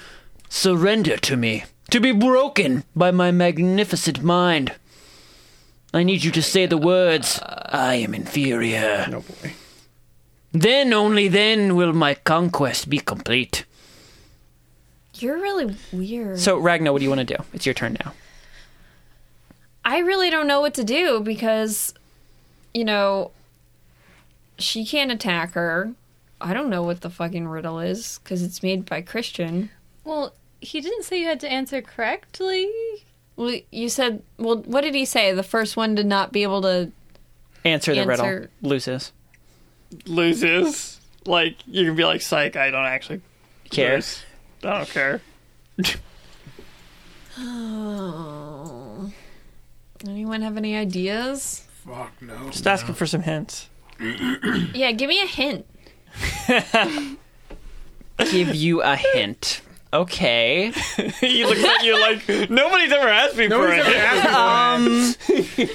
surrender to me, to be broken by my magnificent mind. I need you to say the words, I am inferior. Oh boy. Then, only then, will my conquest be complete. You're really weird. So, Ragnar, what do you want to do? It's your turn now. I really don't know what to do because, you know, she can't attack her. I don't know what the fucking riddle is because it's made by Christian. Well, he didn't say you had to answer correctly. Well, you said, well, what did he say? The first one to not be able to. Answer the riddle. Answer. Loses. Loses. Like you can be like, psych. I don't actually Cares. lose. I don't care. Oh. Anyone have any ideas? Fuck no. Just asking for some hints. Yeah, give me a hint. Give you a hint. Okay. he looks at you like nobody's ever asked me for it. Nobody's ever asked me. Um.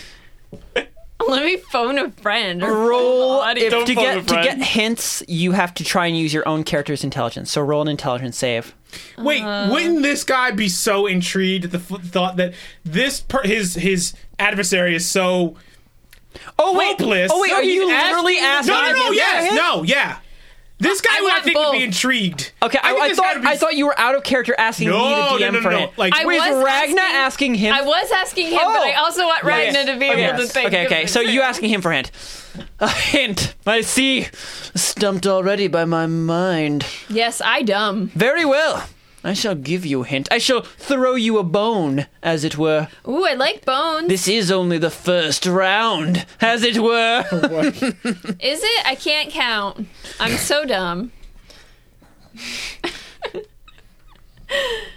Let me phone a friend. Or roll phone the if audience. to phone get a to get friend. hints you have to try and use your own character's intelligence so roll an intelligence save Wait, uh, wouldn't this guy be so intrigued at the f- thought that this per- his his adversary is so oh wait hopeless? oh wait are you he's ask- literally asking No, no, if no, you- yes, no, yeah. This guy I would I want think would be both. intrigued. okay i, think I, this guy thought would be- i thought you were out of character asking me no, the dm no, no, for no, him Like I was was Ragna asking, asking- him I was asking him, but Oh. I also want Ragna Yes. to be able to Yes. think. okay of okay it so you too. asking him for a hint a hint i see stumped already by my mind Yes, I dumb. very well I shall give you a hint. I shall throw you a bone, as it were. Ooh, I like bones. This is only the first round, as it were. Is it? I can't count. I'm so dumb.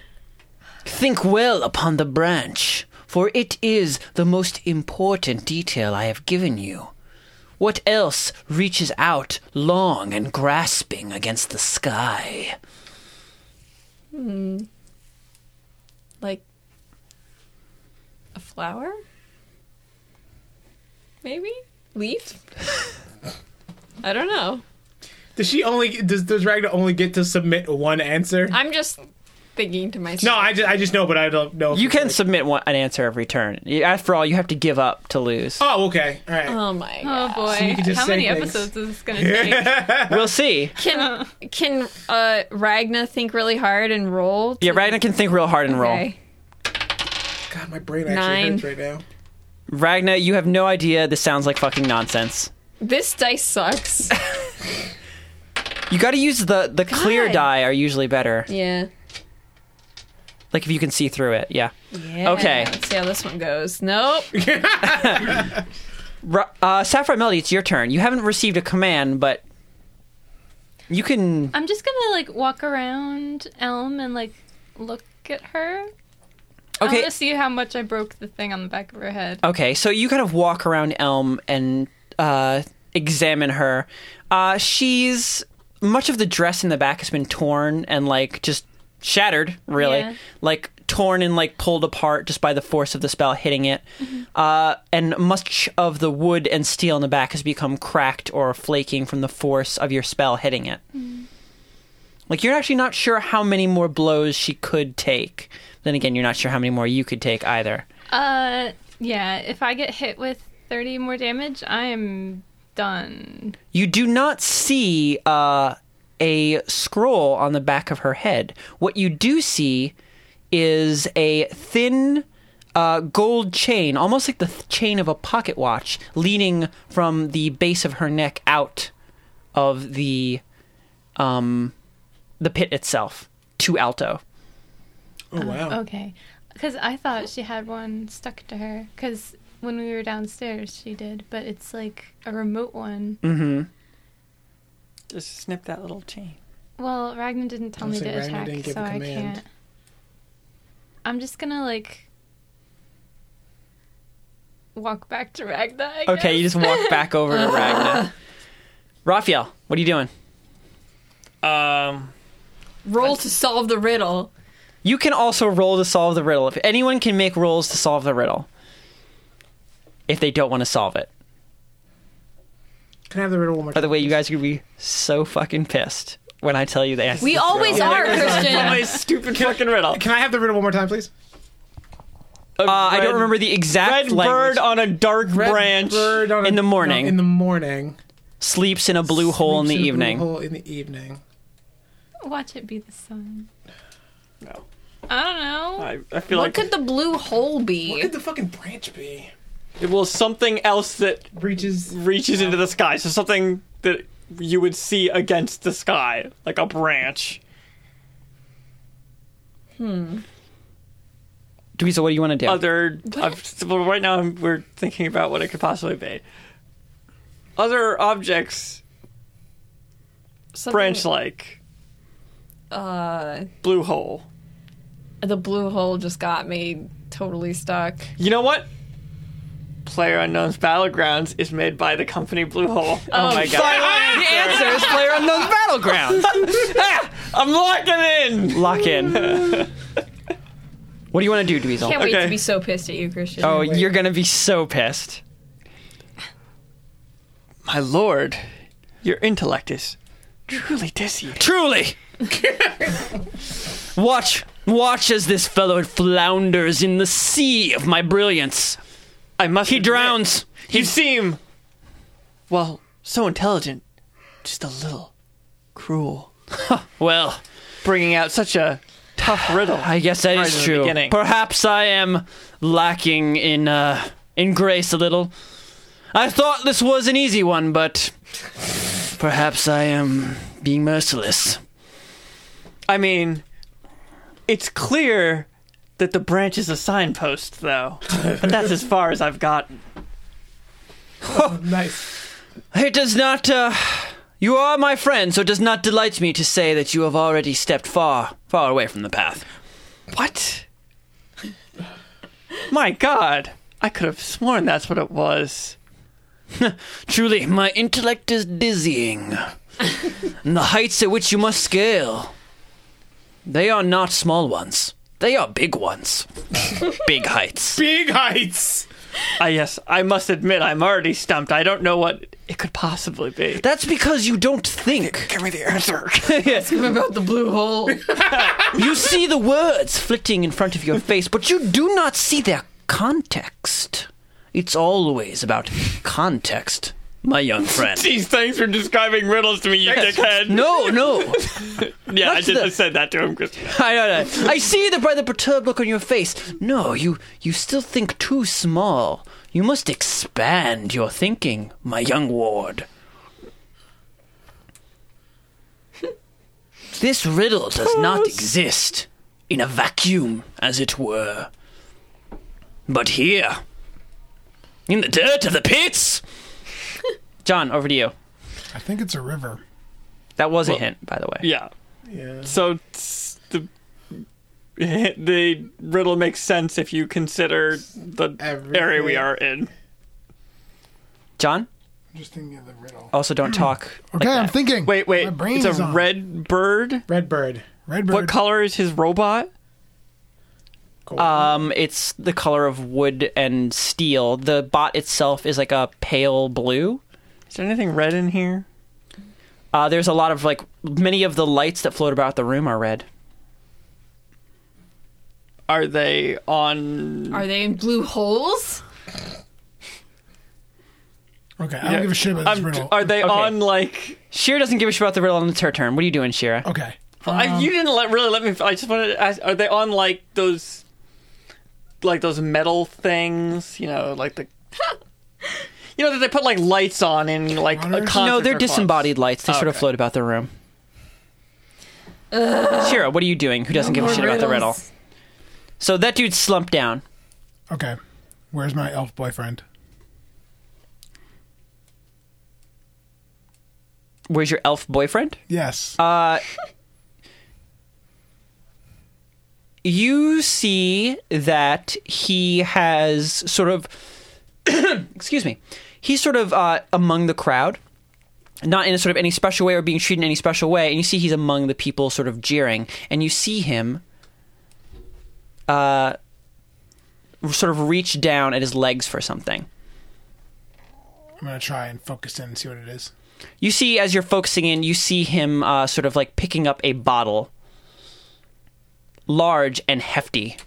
Think well upon the branch, for it is the most important detail I have given you. What else reaches out long and grasping against the sky? Like a flower? Maybe? Leaf? I don't know. does she only does does Ragnar only get to submit one answer? I'm just thinking to myself. no, I just, I just know, but I don't know. if You it's can like- submit one, an answer every turn. After all, you have to give up to lose. oh, okay, all right. Oh my god. Oh boy, you could just how say many things. episodes is this gonna take? We'll see. Can can uh Ragna think really hard and roll? Yeah, Ragnar can think real hard and Okay. God, my brain actually Nine. hurts right now. roll. Ragnar, you have no idea. This sounds like fucking nonsense. This dice sucks. You got to use the the clear God. die are usually better. yeah. Like if you can see through it. Yeah. Yeah. Okay. Let's see how this one goes. Nope. Ru- Uh, Sapphire Melody, it's your turn. You haven't received a command, but you can. I'm just gonna like walk around Elm and like look at her. I Okay. want to see how much I broke the thing on the back of her head. Okay, so you kind of walk around Elm and uh, examine her. Uh, she's much of the dress in the back has been torn and like just shattered, really, Yeah. like torn and like pulled apart just by the force of the spell hitting it. Uh, and much of the wood and steel in the back has become cracked or flaking from the force of your spell hitting it. Like you're actually not sure how many more blows she could take. Then again, you're not sure how many more you could take either. Uh, yeah. If I get hit with 30 more damage, I'm done. You do not see uh, a scroll on the back of her head. What you do see is a thin uh, gold chain, almost like the th- chain of a pocket watch, leaning from the base of her neck out of the um, the pit itself to Alto. Oh wow. Okay. Because I thought she had one stuck to her. Because when we were downstairs, she did. But it's like a remote one. Mm. Just snip that little chain. Well, Ragnar didn't tell I me was to like, Ragnar attack, didn't give so a I command. can't. I'm just gonna like walk back to Ragnar. I Okay, you guess. just walk back over to Ragnar. Raphael, what are you doing? Um, Roll to solve the riddle. You can also roll to solve the riddle. If anyone can make rolls to solve the riddle, if they don't want to solve it. Can I have the riddle one By more time? the way, you guys are gonna be so fucking pissed when I tell you the answer. We always are, Christian. stupid fucking riddle. Can I have the riddle one more time, please? A uh, I red- don't remember the exact Red language. bird on a dark branch. Bird on a- In the no, morning. in the morning. sleeps in a blue hole in the Sleeps evening. Blue hole in the evening. Watch it be the sun. No. I don't know. I, I feel What like could the blue hole be? What could the fucking branch be? it was something else that Reaches. uh, reaches into the sky. So something that you would see against the sky, like a branch. Dweezil, what do you want to do? Other, I've, well, right now I'm- we're thinking about what it could possibly be. Other objects, Something- branch-like, Uh, blue hole. the blue hole just got me totally stuck. You know what? Player Unknown's Battlegrounds is made by the company Blue Hole. Oh, my god. the answer is player unknown's battlegrounds. I'm locking in! Lock in. what do you want to do, Dweezil? Can't wait Okay. Oh. to be so pissed at you, Christian. Oh, you're gonna be so pissed. My lord, your intellect is truly dizzy. Truly! watch, watch as this fellow flounders in the sea of my brilliance. I must. He admit, drowns. You seem, well, so intelligent, just a little cruel. Well, Bringing out such a tough riddle. I guess that Right is at the true. beginning. Perhaps I am lacking in uh, in grace a little. I thought this was an easy one, but perhaps I am being merciless. I mean, it's clear that the branch is a signpost, though. but that's as far as I've gotten. Nice. It does not. Uh, you are my friend, so it does not delight me to say that you have already stepped far, far away from the path. What? My God, I could have sworn that's what it was. Truly, my intellect is dizzying, and the heights at which you must scale. They are not small ones. They are big ones. big heights. Big heights. Ah, yes, I must admit, I'm already stumped. I don't know what it could possibly be. That's because you don't think. Give me the answer. about the blue hole. You see the words flitting in front of your face, but you do not see their context. It's always about context, my young friend. These things for describing riddles to me, you dickhead. No, no. yeah, I that's just the- said that to him, Christina. I, I, I see the by the perturbed look on your face. No, you you still think too small. You must expand your thinking, my young ward. This riddle does not exist in a vacuum, as it were. But here, in the dirt of the pits. John, over to you. I think it's a river. That was a hint, by the way. Yeah. Yeah. So it's the the riddle makes sense if you consider the area we Everything. are in. John, Just thinking of the riddle. also don't talk. Okay, I'm thinking. Wait, wait. My brain it's is a on. red bird. Red bird. Red bird. What color is his robot? Um, it's the color of wood and steel. The bot itself is like a pale blue. Is there anything red in here? Uh, there's a lot of like many of the lights that float about the room are red. Are they on? Are they in blue holes? okay, I don't give a shit about this I'm- riddle. Are they Okay. on like? Shira doesn't give a shit about the riddle, and it's her turn. What are you doing, Shira? okay. I, Um, you didn't let, really let me. I just wanted to ask: Are they on like those, like those metal things? You know, like the, you know that they put like lights on in like a Monitors? concert. no, they're or clubs. disembodied lights. They sort of Okay. float about the room. Shira, what are you doing? Who doesn't give a shit about the riddle? So that dude slumped down. Okay. Where's my elf boyfriend? Where's your elf boyfriend? Yes. Uh, you see that he has sort of excuse me he's sort of uh, among the crowd not in a sort of any special way or being treated in any special way and you see he's among the people sort of jeering and you see him uh, sort of reach down at his legs for something I'm gonna try and focus in and see what it is. you see as you're focusing in you see him uh, sort of like picking up a bottle large and hefty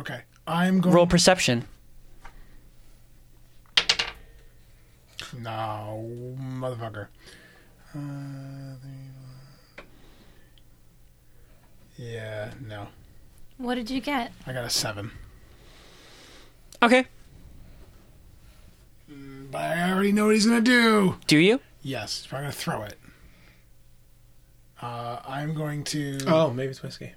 Okay. I'm going. roll perception no, motherfucker. Uh, yeah. No. What did you get? I got a seven. okay But I already know what he's gonna do. do you Yes, he's probably gonna throw it. Uh, I'm going to. Oh, maybe it's whiskey.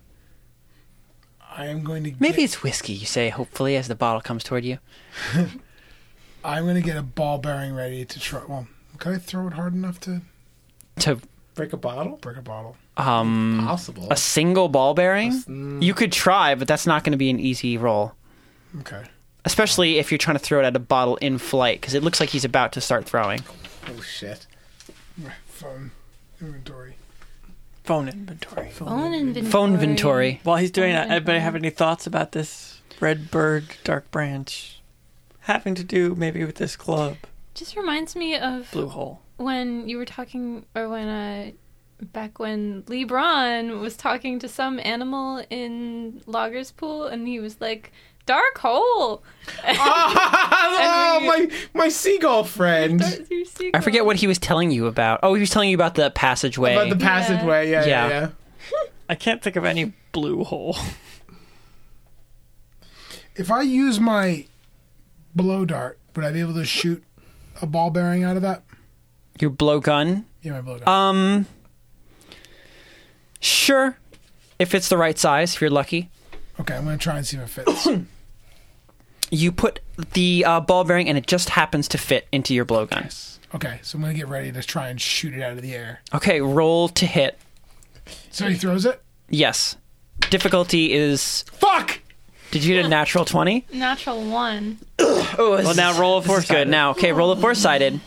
I am going to. Maybe Get, it's whiskey, you say, hopefully, as the bottle comes toward you. I'm gonna get a ball bearing ready to throw. Well, can I throw it hard enough to To Break a bottle? break a bottle? um Possible. a single ball bearing? Mm. You could try, but that's not going to be an easy roll. Okay. Especially if you're trying to throw it at a bottle in flight, because it looks like he's about to start throwing. Oh, shit. Phone inventory. Phone inventory. Phone inventory. Phone inventory. While he's doing Phone that, anybody inventory. have any thoughts about this red bird, dark branch, having to do maybe with this club? Just reminds me of Blue hole. when you were talking, or when uh, back when LeBron was talking to some animal in Logger's Pool, and he was like, "Dark hole." oh, my my seagull friend. I forget what he was telling you about. Oh, he was telling you about the passageway. About the passageway, yeah, yeah, Yeah. yeah. I can't think of any blue hole. If I use my blow dart, would I be able to shoot a ball bearing out of that? Your blowgun. Yeah, my blow dart. Um, sure, if it's the right size, if you're lucky. okay, I'm gonna try and see if it fits. You put the uh, ball bearing, and it just happens to fit into your blowgun. okay, so I'm gonna get ready to try and shoot it out of the air. Okay, roll to hit. So he throws it. Yes. Difficulty is. Fuck! Did you get a natural twenty? Natural one. Oh, well now roll a Good. four-sided. Now, okay, roll a four sided.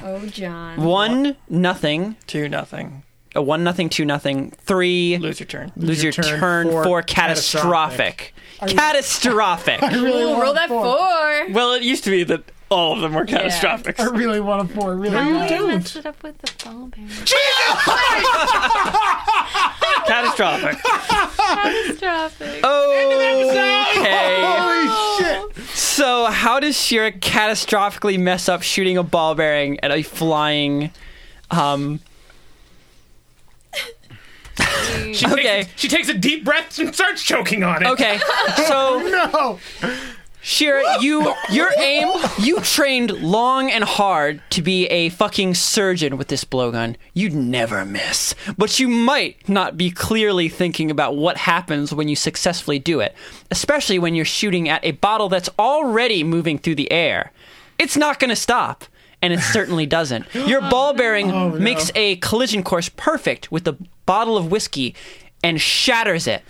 Oh, John. One nothing. Two nothing. A one nothing. Two nothing. Three. Lose your turn. Lose your turn, four, for catastrophic. catastrophic. Catastrophic. I really Ooh, want roll a that four. four. Well, it used to be that all of them were catastrophic. I really want a four. Really. I bad. messed it up with the ball bearing. catastrophic. Oh, Catastrophic. okay. Holy shit! So, how does Shira catastrophically mess up shooting a ball bearing at a flying? Um, She Okay. Takes, she takes a deep breath and starts choking on it. okay, so No. Shira, you your aim, you trained long and hard to be a fucking surgeon with this blowgun. You'd never miss, but you might not be clearly thinking about what happens when you successfully do it, especially when you're shooting at a bottle that's already moving through the air. It's not going to stop. And it certainly doesn't. Your ball bearing makes a collision course perfect with the bottle of whiskey and shatters it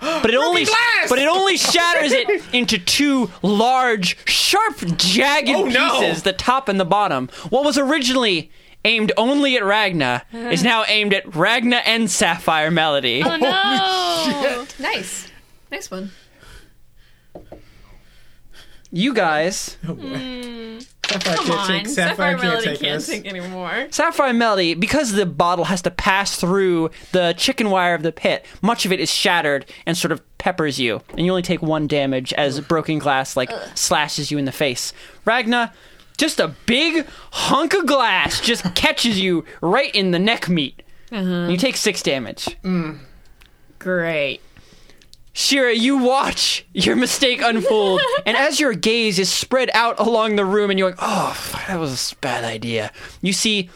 but it only glass! but it only shatters it into two large, sharp, jagged Oh, no. pieces, the top and the bottom. What was originally aimed only at Ragna is Uh-huh. now aimed at Ragna and Sapphire Melody. Oh no! Nice. Nice one. You guys, Sapphire Hmm. Come can't on. take, Sapphire can't Melody take can't this. think anymore. Sapphire Melody, because the bottle has to pass through the chicken wire of the pit, much of it is shattered and sort of peppers you, and you only take one damage as broken glass like slashes you in the face. Ragna, just a big hunk of glass just catches you right in the neck meat. And You take six damage. Great. Shira, you watch your mistake unfold, and as your gaze is spread out along the room, and you're like, "Oh, fuck, that was a bad idea." You see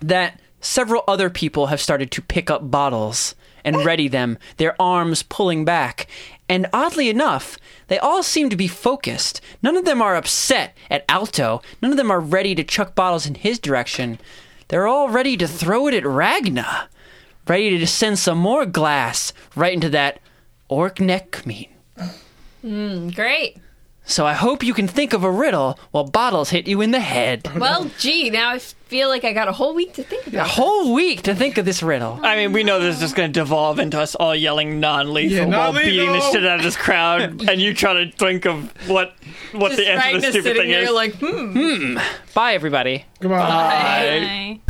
that several other people have started to pick up bottles and ready them, their arms pulling back, and oddly enough, they all seem to be focused. None of them are upset at Alto. None of them are ready to chuck bottles in his direction. They're all ready to throw it at Ragna ready to just send some more glass right into that orc neck meat. Great. So I hope you can think of a riddle while bottles hit you in the head. Well, gee, now I feel like I got a whole week to think A about. whole week to think of this riddle. I mean, we know this is just going to devolve into us all yelling non-lethal Yeah, while non-lethal. beating the shit out of this crowd, and you try to think of what what the answer to Ragna's this stupid sitting thing there is. like, hmm. Bye, everybody. Come on. Bye.